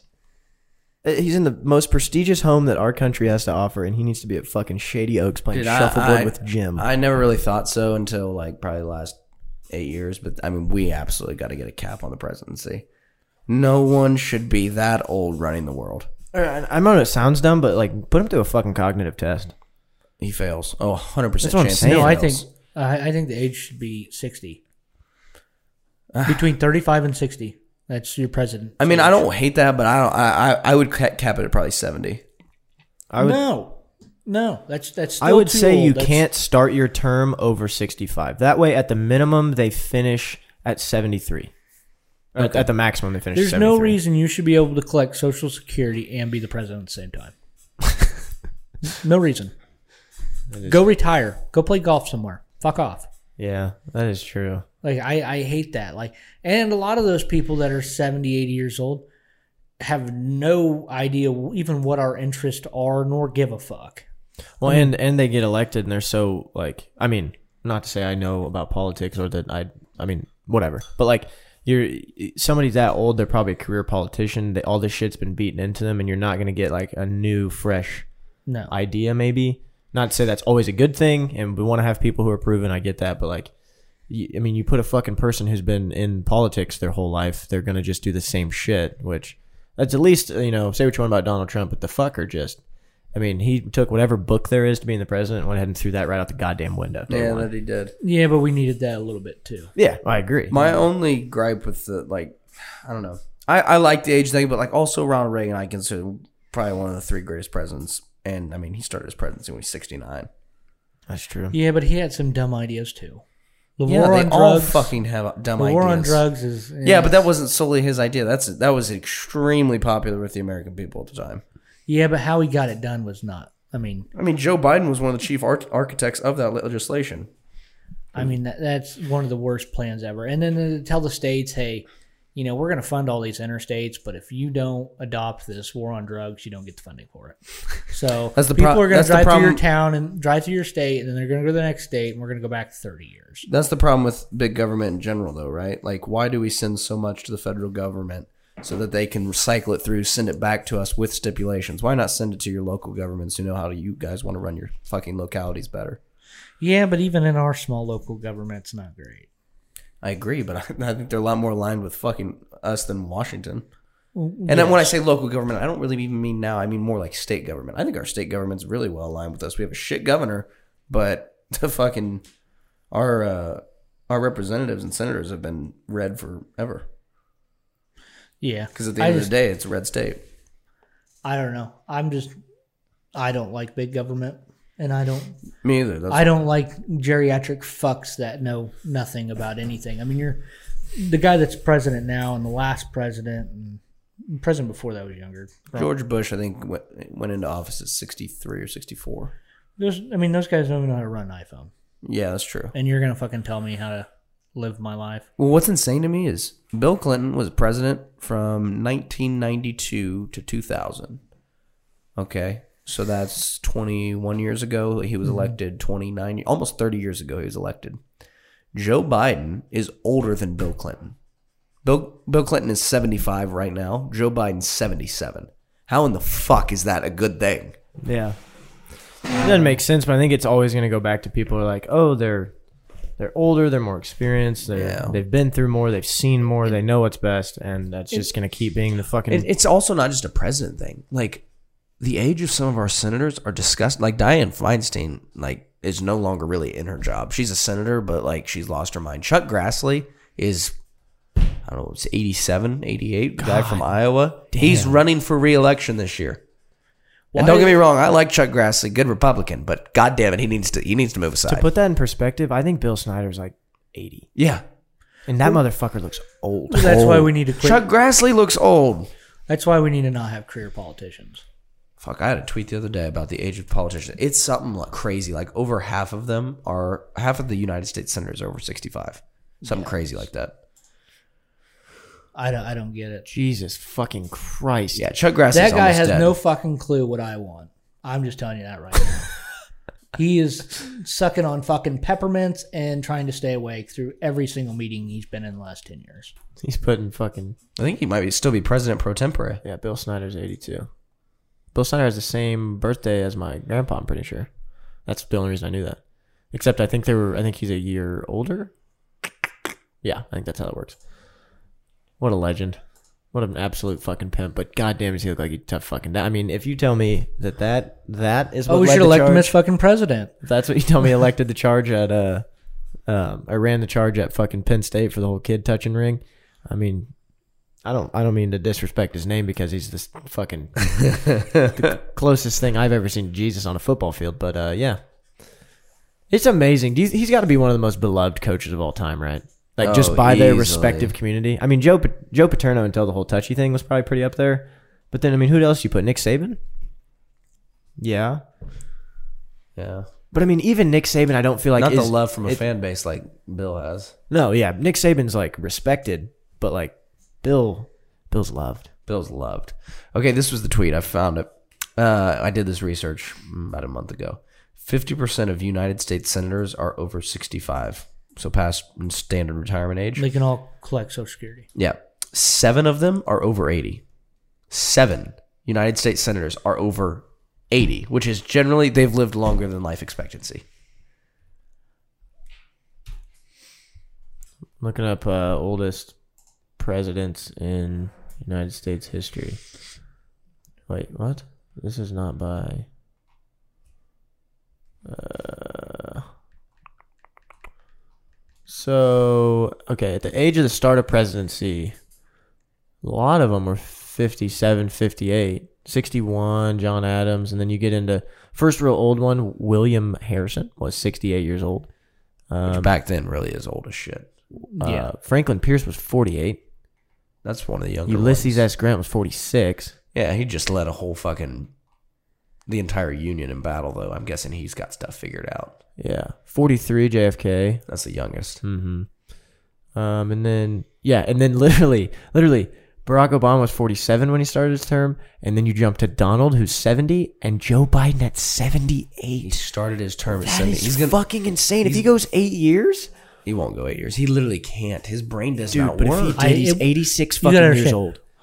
Speaker 1: Uh, he's in the most prestigious home that our country has to offer and he needs to be at fucking shady oaks playing
Speaker 2: Dude, I-
Speaker 1: shuffleboard
Speaker 2: I-
Speaker 1: with jim
Speaker 2: I never really thought so until like probably the last eight years. But I mean, we absolutely got to get a cap on the presidency. No one should be that old running the world.
Speaker 1: I, I know it sounds dumb but like put him through a fucking cognitive test
Speaker 2: He fails. Oh, 100%
Speaker 1: That's what I'm
Speaker 2: chance.
Speaker 1: saying.
Speaker 2: he
Speaker 1: No,
Speaker 3: Oh, I think
Speaker 2: fails.
Speaker 3: I, I think the age should be sixty.
Speaker 1: Ah.
Speaker 3: Between thirty-five and sixty, that's your president.
Speaker 2: I mean, I don't hate that, but I don't. I I, I would ca- cap it at probably 70.
Speaker 1: I would-
Speaker 3: no, no, that's that's.
Speaker 1: I
Speaker 3: still
Speaker 1: would
Speaker 3: too
Speaker 1: say
Speaker 3: old.
Speaker 1: you
Speaker 3: That's-
Speaker 1: can't start your term over 65. That way, at the minimum, they finish at 73. At- At, the maximum, they finish
Speaker 3: There's
Speaker 1: at
Speaker 3: no
Speaker 1: 73.
Speaker 3: reason you should be able to collect Social Security and be the president at the same time. no reason. Go retire. Go play golf somewhere. Fuck off.
Speaker 1: Yeah, that is true.
Speaker 3: Like I, I hate that. Like and a lot of those people that are 70, 80 years old have no idea even what our interests are nor give a fuck.
Speaker 1: Well, and, and they get elected, and they're so, like, I mean, not to say I know about politics or that I, I mean, whatever. But, like, you're somebody that old, they're probably a career politician. They, all this shit's been beaten into them, and you're not going to get, like, a new, fresh
Speaker 3: No.
Speaker 1: idea maybe not to say that's always a good thing and we want to have people who are proven i get that but like y- i mean you put a fucking person who's been in politics their whole life they're gonna just do the same shit which that's at least you know say what you want about donald trump but the fucker just i mean he took whatever book there is to being the president and went ahead and threw that right out the goddamn window day one.
Speaker 2: he did.
Speaker 3: yeah, but we needed that a little bit too.
Speaker 1: yeah i agree
Speaker 2: My only gripe with the like, I don't know. I I like the age thing, but like also Ronald Reagan, I consider probably one of the three greatest presidents. And I mean, he started his presidency when he was 69.
Speaker 1: that's true
Speaker 3: Yeah, but he had some dumb ideas too. The
Speaker 2: Yeah,
Speaker 3: war
Speaker 2: they
Speaker 3: on
Speaker 2: all
Speaker 3: drugs.
Speaker 2: fucking have dumb
Speaker 3: the
Speaker 2: ideas.
Speaker 3: war on drugs is
Speaker 2: Yeah, but that wasn't solely his idea. That's that was extremely popular with the American people at the time.
Speaker 3: Yeah, but how he got it done was not. I mean,
Speaker 2: I mean, Joe Biden was one of the chief arch- architects of that legislation.
Speaker 3: I mean that, that's one of the worst plans ever. And then to tell the uh, states, hey, you know, we're going to fund all these interstates, but if you don't adopt this war on drugs, you don't get the funding for it. So
Speaker 2: That's the
Speaker 3: people
Speaker 2: pro-
Speaker 3: are going
Speaker 2: that's
Speaker 3: to
Speaker 2: the
Speaker 3: drive through your
Speaker 2: problem.
Speaker 3: town and drive through your state, and then they're going to go to the next state, and we're going to go back 30 years.
Speaker 2: That's the problem with big government in general, though, right? Like, why do we send so much to the federal government so that they can recycle it through, send it back to us with stipulations? Why not send it to your local governments who know how to, you guys want to run your fucking localities better?
Speaker 3: Yeah, but even in our small local government, it's not great.
Speaker 2: I agree, but I, I think they're a lot more aligned with fucking us than Washington. And then when I say local government, I don't really even mean now. I mean more like state government. I think our state government's really well aligned with us. We have a shit governor, but the fucking our uh, our representatives and senators have been red forever.
Speaker 3: Yeah.
Speaker 2: Because at the
Speaker 3: I
Speaker 2: end
Speaker 3: just-
Speaker 2: of the day, it's a red state.
Speaker 3: I don't know. I'm just, I don't like big government, and I don't
Speaker 2: Me either. That's,
Speaker 3: I don't like geriatric fucks that know nothing about anything. I mean, you're the guy that's president now, and the last president, and the president before that was younger.
Speaker 2: George Bush, I think, went, went into office at 63 or 64.
Speaker 3: Those, I mean, those guys don't even know how to run an iPhone,
Speaker 2: Yeah, that's true.
Speaker 3: and you're gonna fucking tell me how to live my life.
Speaker 2: Well, what's insane to me is Bill Clinton was president from 1992 to 2000. Okay. So that's 21 years ago. He
Speaker 3: Mm-hmm.
Speaker 2: was elected 29, y- almost 30 years ago, he was elected. Joe Biden is older than Bill Clinton. Bill, Bill Clinton is 75 right now. Joe Biden's 77. How in the fuck is that a good thing?
Speaker 1: Yeah. It doesn't make sense, but I think it's always going to go back to people who are like, oh, they're they're older, they're more experienced, they
Speaker 2: Yeah.
Speaker 1: they've been through more, they've seen more, they know what's best, and that's just going to keep being the fucking.
Speaker 2: It, it's also not just a president thing. Like the age of some of our senators are discussed. Like Dianne Feinstein, like is no longer really in her job. She's a senator, but like she's lost her mind. Chuck Grassley is. I don't know, it's 87, 88, guy from Iowa. He's running for reelection this year. And don't get me wrong, I like Chuck Grassley, good Republican, but god damn it, he needs to he needs to move aside.
Speaker 1: to put that in perspective, I think Bill Snyder's like 80,
Speaker 2: yeah.
Speaker 1: and that motherfucker looks old.
Speaker 3: That's why we need to quit.
Speaker 2: Chuck Grassley looks old.
Speaker 3: That's why we need to not have career politicians.
Speaker 2: Fuck, I had a tweet the other day about the age of politicians. It's something like crazy. Like over half of them are half of the United States senators are over sixty five. Something crazy like that.
Speaker 3: I don't. I don't get it.
Speaker 1: Jesus fucking Christ!
Speaker 2: Yeah, Chuck Grassley's
Speaker 3: That guy
Speaker 2: almost
Speaker 3: has
Speaker 2: dead.
Speaker 3: no fucking clue what I want. I'm just telling you that right now. he is sucking on fucking peppermints and trying to stay awake through every single meeting he's been in the last 10 years.
Speaker 1: He's putting fucking
Speaker 2: I think he might be, still be president pro tempore.
Speaker 1: yeah. Bill Snyder's 82. Bill Snyder has the same birthday as my grandpa. I'm pretty sure. That's the only reason I knew that. Except I think they were. I think he's a year older. Yeah, I think that's how it works. What a legend. What an absolute fucking pimp. But goddamn, does he look like a tough fucking. I mean, if you tell me that that that is what
Speaker 3: Oh, we
Speaker 1: led
Speaker 3: should
Speaker 1: the
Speaker 3: elect him
Speaker 1: charge-
Speaker 3: as fucking president.
Speaker 1: If That's what you tell me. Elected the charge at uh, um, I ran the charge at fucking Penn State for the whole kid touching ring. I mean, I don't, I don't mean to disrespect his name because he's this fucking the closest thing I've ever seen to Jesus on a football field. But uh, yeah, it's amazing. Do you- He's got to be one of the most beloved coaches of all time, right? Like
Speaker 2: Oh,
Speaker 1: just by their
Speaker 2: easily.
Speaker 1: respective community. I mean, Joe Pa- Joe Paterno until the whole touchy thing was probably pretty up there. But then, I mean, who else you put? Nick Saban. Yeah.
Speaker 2: Yeah,
Speaker 1: But I mean, even Nick Saban, I don't feel like
Speaker 2: not
Speaker 1: is,
Speaker 2: the love from a fan base like Bill has.
Speaker 1: No, yeah, Nick Saban's like respected, but like Bill, Bill's loved.
Speaker 2: Bill's loved. Okay, this was the tweet. I found it. Uh, I did this research mm, about a month ago. 50% of United States senators are over 65, so past standard retirement age.
Speaker 3: They can all collect Social Security.
Speaker 2: Yeah. Seven of them are over 80. Seven United States senators are over 80, which is generally they've lived longer than life expectancy.
Speaker 1: Looking up uh, oldest presidents in United States history. Wait, what? This is not by. Uh, so okay, at the age of the start of presidency, a lot of them were 57, 58, 61, John Adams, and then you get into first real old one, William Harrison was 68 years old.
Speaker 2: Which
Speaker 1: Um,
Speaker 2: back then really is old as shit.
Speaker 1: Yeah. Uh, Franklin Pierce was 48.
Speaker 2: That's one of the younger
Speaker 1: Ulysses
Speaker 2: ones.
Speaker 1: S. Grant was 46.
Speaker 2: Yeah, he just led a whole fucking the entire union in battle though. I'm guessing he's got stuff figured out.
Speaker 1: Yeah. 43 JFK. Hmm.
Speaker 2: That's the youngest.
Speaker 1: Mm-hmm. Um, and then Yeah, and then literally, literally, Barack Obama was 47 when he started his term, and then you jump to Donald, who's 70, and Joe Biden at 78.
Speaker 2: He started his term at
Speaker 1: That
Speaker 2: 70.
Speaker 1: is
Speaker 2: He's gonna,
Speaker 1: fucking insane. If he goes eight years,
Speaker 2: he won't go eight years. He literally can't. His brain does
Speaker 1: dude,
Speaker 2: not
Speaker 1: but
Speaker 2: work.
Speaker 1: if he did,
Speaker 3: I-
Speaker 1: he's
Speaker 3: it-
Speaker 1: 86
Speaker 3: You
Speaker 1: fucking
Speaker 3: gotta
Speaker 1: years
Speaker 3: understand,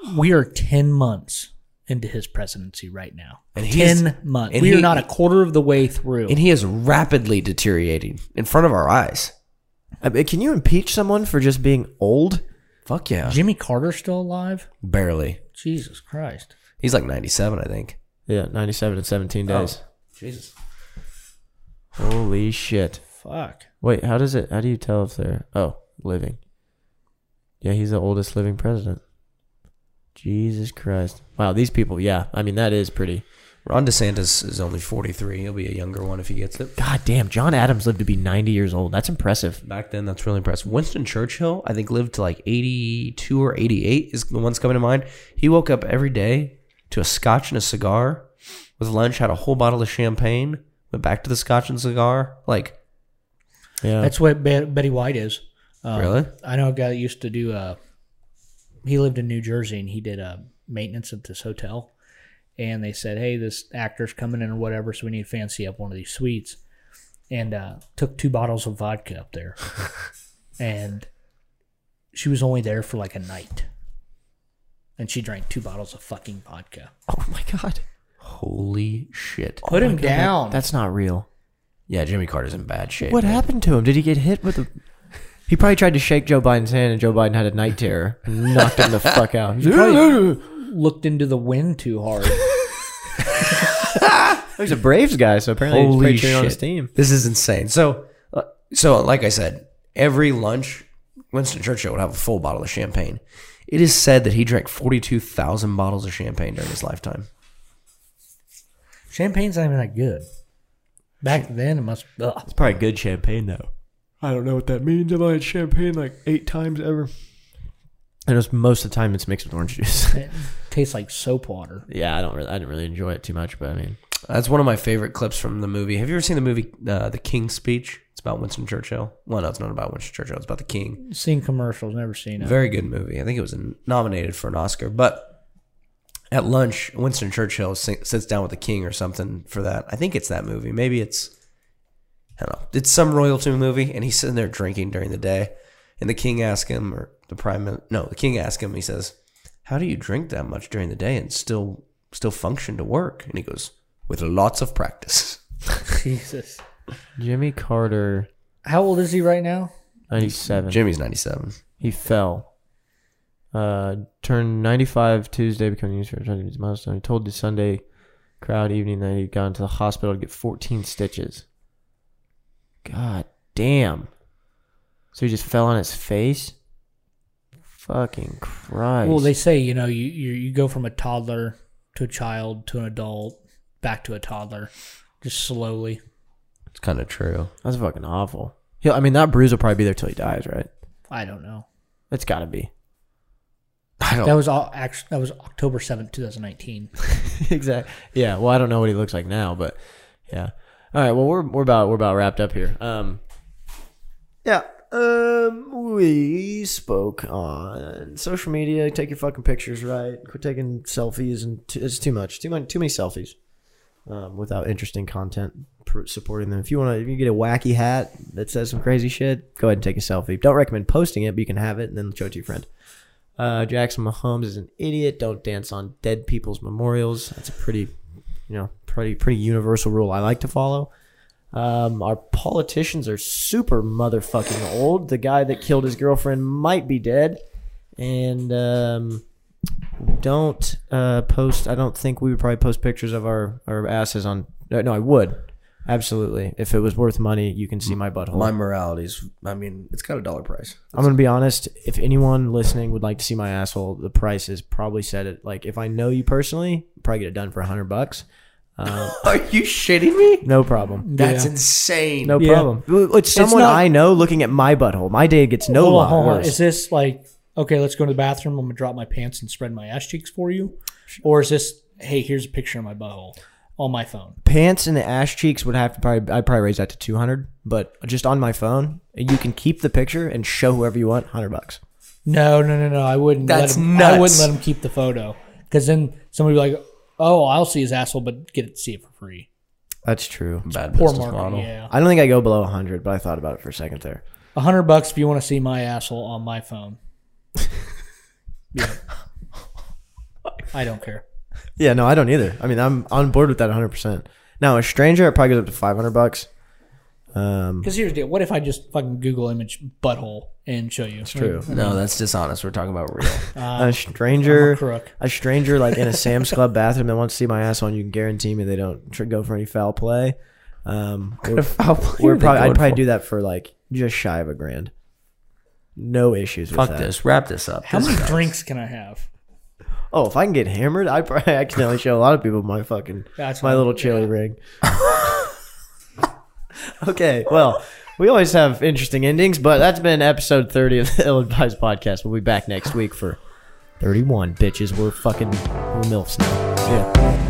Speaker 1: old.
Speaker 3: We are ten months into his presidency right now.
Speaker 2: And he is-
Speaker 3: ten months.
Speaker 2: and
Speaker 3: we
Speaker 2: he-
Speaker 3: are not a quarter of the way through.
Speaker 2: and he is rapidly deteriorating in front of our eyes.
Speaker 1: I mean, can you impeach someone for just being old?
Speaker 2: Fuck yeah.
Speaker 3: Jimmy Carter's still alive?
Speaker 2: Barely.
Speaker 3: Jesus Christ.
Speaker 2: He's like 97, I think.
Speaker 1: Yeah, 97 and 17 days.
Speaker 2: Jesus.
Speaker 1: Holy shit.
Speaker 3: Fuck.
Speaker 1: Wait, how does it? How do you tell if they're oh living? Yeah, he's the oldest living president. Jesus Christ! Wow, these people. Yeah, I mean that is pretty.
Speaker 2: Ron DeSantis is only 43. He'll be a younger one if he gets it.
Speaker 1: God damn, John Adams lived to be ninety years old. That's impressive.
Speaker 2: Back then, that's really impressive. Winston Churchill, I think, lived to like 82 or 88 is the one's coming to mind. He woke up every day to a scotch and a cigar. With lunch, had a whole bottle of champagne. Went back to the scotch and cigar. Like,
Speaker 1: Yeah,
Speaker 3: That's what Be- Betty White is. Um,
Speaker 2: Really?
Speaker 3: I know a guy that used to do. Uh, he lived in New Jersey and he did uh, maintenance at this hotel. And they said, "Hey, this actor's coming in or whatever, so we need to fancy up one of these suites." And uh, took two bottles of vodka up there, and she was only there for like a night, and she drank two bottles of fucking vodka. Oh
Speaker 1: oh my God,
Speaker 2: holy shit.
Speaker 3: Put him down.
Speaker 1: that's not real.
Speaker 2: Yeah, Jimmy Carter's in bad shape.
Speaker 1: What happened to him? Did he get hit with a? He probably tried to shake Joe Biden's hand, and Joe Biden had a night terror, and knocked him the fuck out. He's probably-
Speaker 3: looked into the wind too hard.
Speaker 1: he's a Braves guy, so apparently he's
Speaker 2: Holy
Speaker 1: probably cheering
Speaker 2: shit!
Speaker 1: on his team.
Speaker 2: This is insane. So, uh, so like I said, every lunch, Winston Churchill would have a full bottle of champagne. It is said that he drank forty-two thousand bottles of champagne during his lifetime.
Speaker 3: Champagne's not even that good. Back then, it must. Ugh.
Speaker 1: It's probably good champagne though.
Speaker 4: I don't know what that means. I've had champagne like eight times ever.
Speaker 1: And it's most of the time it's mixed with orange juice.
Speaker 3: It tastes like soap water.
Speaker 1: yeah, I don't really, I didn't really enjoy it too much, but I mean,
Speaker 2: That's one of my favorite clips from the movie. Have you ever seen the movie uh, The King's Speech? It's about Winston Churchill. Well, no, it's not about Winston Churchill. It's about the King.
Speaker 3: Seen commercials, never seen it.
Speaker 2: Very good movie. I think it was nominated for an Oscar. But at lunch, Winston Churchill si- sits down with the King or something for that. I think it's that movie. Maybe it's I don't know. It's some royalty movie, and he's sitting there drinking during the day. And the king asks him, or the prime, min- no, the king asks him. He says, "How do you drink that much during the day and still still function to work?" And he goes, "With lots of practice."
Speaker 3: Jesus.
Speaker 1: Jimmy Carter,
Speaker 3: How old is he right now?
Speaker 1: 97.
Speaker 2: Jimmy's ninety-seven.
Speaker 1: He fell. Uh, turned 95 Tuesday, becoming used for his milestone. He told the Sunday crowd evening that he'd gone to the hospital to get 14 stitches. God damn. So he just fell on his face? Fucking Christ.
Speaker 3: Well, they say you know you, you you go from a toddler to a child to an adult back to a toddler, just slowly.
Speaker 2: It's kind of true.
Speaker 1: That's fucking awful. He'll, I mean, that bruise will probably be there till he dies, right?
Speaker 3: I don't know.
Speaker 1: It's gotta be.
Speaker 2: I don't.
Speaker 3: That was all. Actually, that was October seventh, two thousand nineteen.
Speaker 1: exactly. Yeah. Well, I don't know what he looks like now, but yeah. All right. Well, we're we're about we're about wrapped up here. Um. Yeah. Um. We spoke on social media. Take your fucking pictures, right? Quit taking selfies, and t- it's too much. Too much. Too many selfies. Um, without interesting content pr- supporting them. If you want to, if you get a wacky hat that says some crazy shit, go ahead and take a selfie. Don't recommend posting it, but you can have it and then show it to your friend. Uh, Jackson Mahomes is an idiot. Don't dance on dead people's memorials. That's a pretty, you know, pretty pretty universal rule I like to follow. Um, our politicians are super motherfucking old. The guy that killed his girlfriend might be dead, and um, don't uh, post. I don't think we would probably post pictures of our our asses on. No, no, I would absolutely if it was worth money. You can see my butthole.
Speaker 2: My morality's. I mean, it's got a dollar price.
Speaker 1: I'm gonna be honest. If anyone listening would like to see my asshole, the price is probably set at like if I know you personally, probably get it done for hundred bucks.
Speaker 2: Are you shitting me?
Speaker 1: No problem.
Speaker 2: That's insane.
Speaker 1: No
Speaker 3: Yeah.
Speaker 1: problem. Well, It's someone
Speaker 3: not-
Speaker 1: I know looking at my butthole. My day gets no
Speaker 3: Hold on,
Speaker 1: lot
Speaker 3: hold on.
Speaker 1: worse.
Speaker 3: Is this like okay? Let's go to the bathroom. I'm gonna drop my pants and spread my ass cheeks for you, or is this hey? Here's a picture of my butthole on my phone.
Speaker 1: Pants and the ass cheeks would have to probably. I'd probably raise that to two hundred, but just on my phone, you can keep the picture and show whoever you want hundred bucks.
Speaker 3: No, no, no, no. I wouldn't.
Speaker 2: That's
Speaker 3: let him, I
Speaker 2: nuts.
Speaker 3: wouldn't let him keep the photo because then somebody would be like, "Oh, I'll see his asshole, but get it to see it for free."
Speaker 1: That's true.
Speaker 2: Bad
Speaker 3: Poor
Speaker 2: business
Speaker 3: marketing.
Speaker 2: model.
Speaker 3: Yeah,
Speaker 1: I don't think I go below 100, but I thought about it for a second there.
Speaker 3: a hundred bucks if you want to see my asshole on my phone. yeah. I don't care.
Speaker 1: Yeah, no, I don't either. I mean, I'm on board with that 100%. Now, a stranger, it probably goes up to 500 bucks. Um,
Speaker 3: Because here's the deal: what if I just fucking Google image butthole and show you? It's
Speaker 1: true.
Speaker 2: No, that's dishonest. We're talking about real.
Speaker 1: a
Speaker 3: I'm
Speaker 1: stranger,
Speaker 3: a crook.
Speaker 1: a stranger like in a Sam's Club bathroom that wants to see my ass on, you can guarantee me they don't tr- go for any foul play. Um, we're,
Speaker 2: Foul play
Speaker 1: we're
Speaker 2: are they
Speaker 1: probably, I'd
Speaker 2: going
Speaker 1: probably
Speaker 2: for?
Speaker 1: do that for like just shy of a grand. No issues with
Speaker 2: Fuck
Speaker 1: that.
Speaker 2: this. Wrap this up.
Speaker 3: How
Speaker 2: This
Speaker 3: many
Speaker 2: is-
Speaker 3: drinks can I have?
Speaker 1: Oh, if I can get hammered, I probably accidentally show a lot of people my fucking
Speaker 3: That's
Speaker 1: my
Speaker 3: fine.
Speaker 1: little chili ring. okay, well, we always have interesting endings, but that's been episode thirty of the Ill Advised Podcast. We'll be back next week for thirty-one. Bitches, we're fucking we're milfs now. Yeah.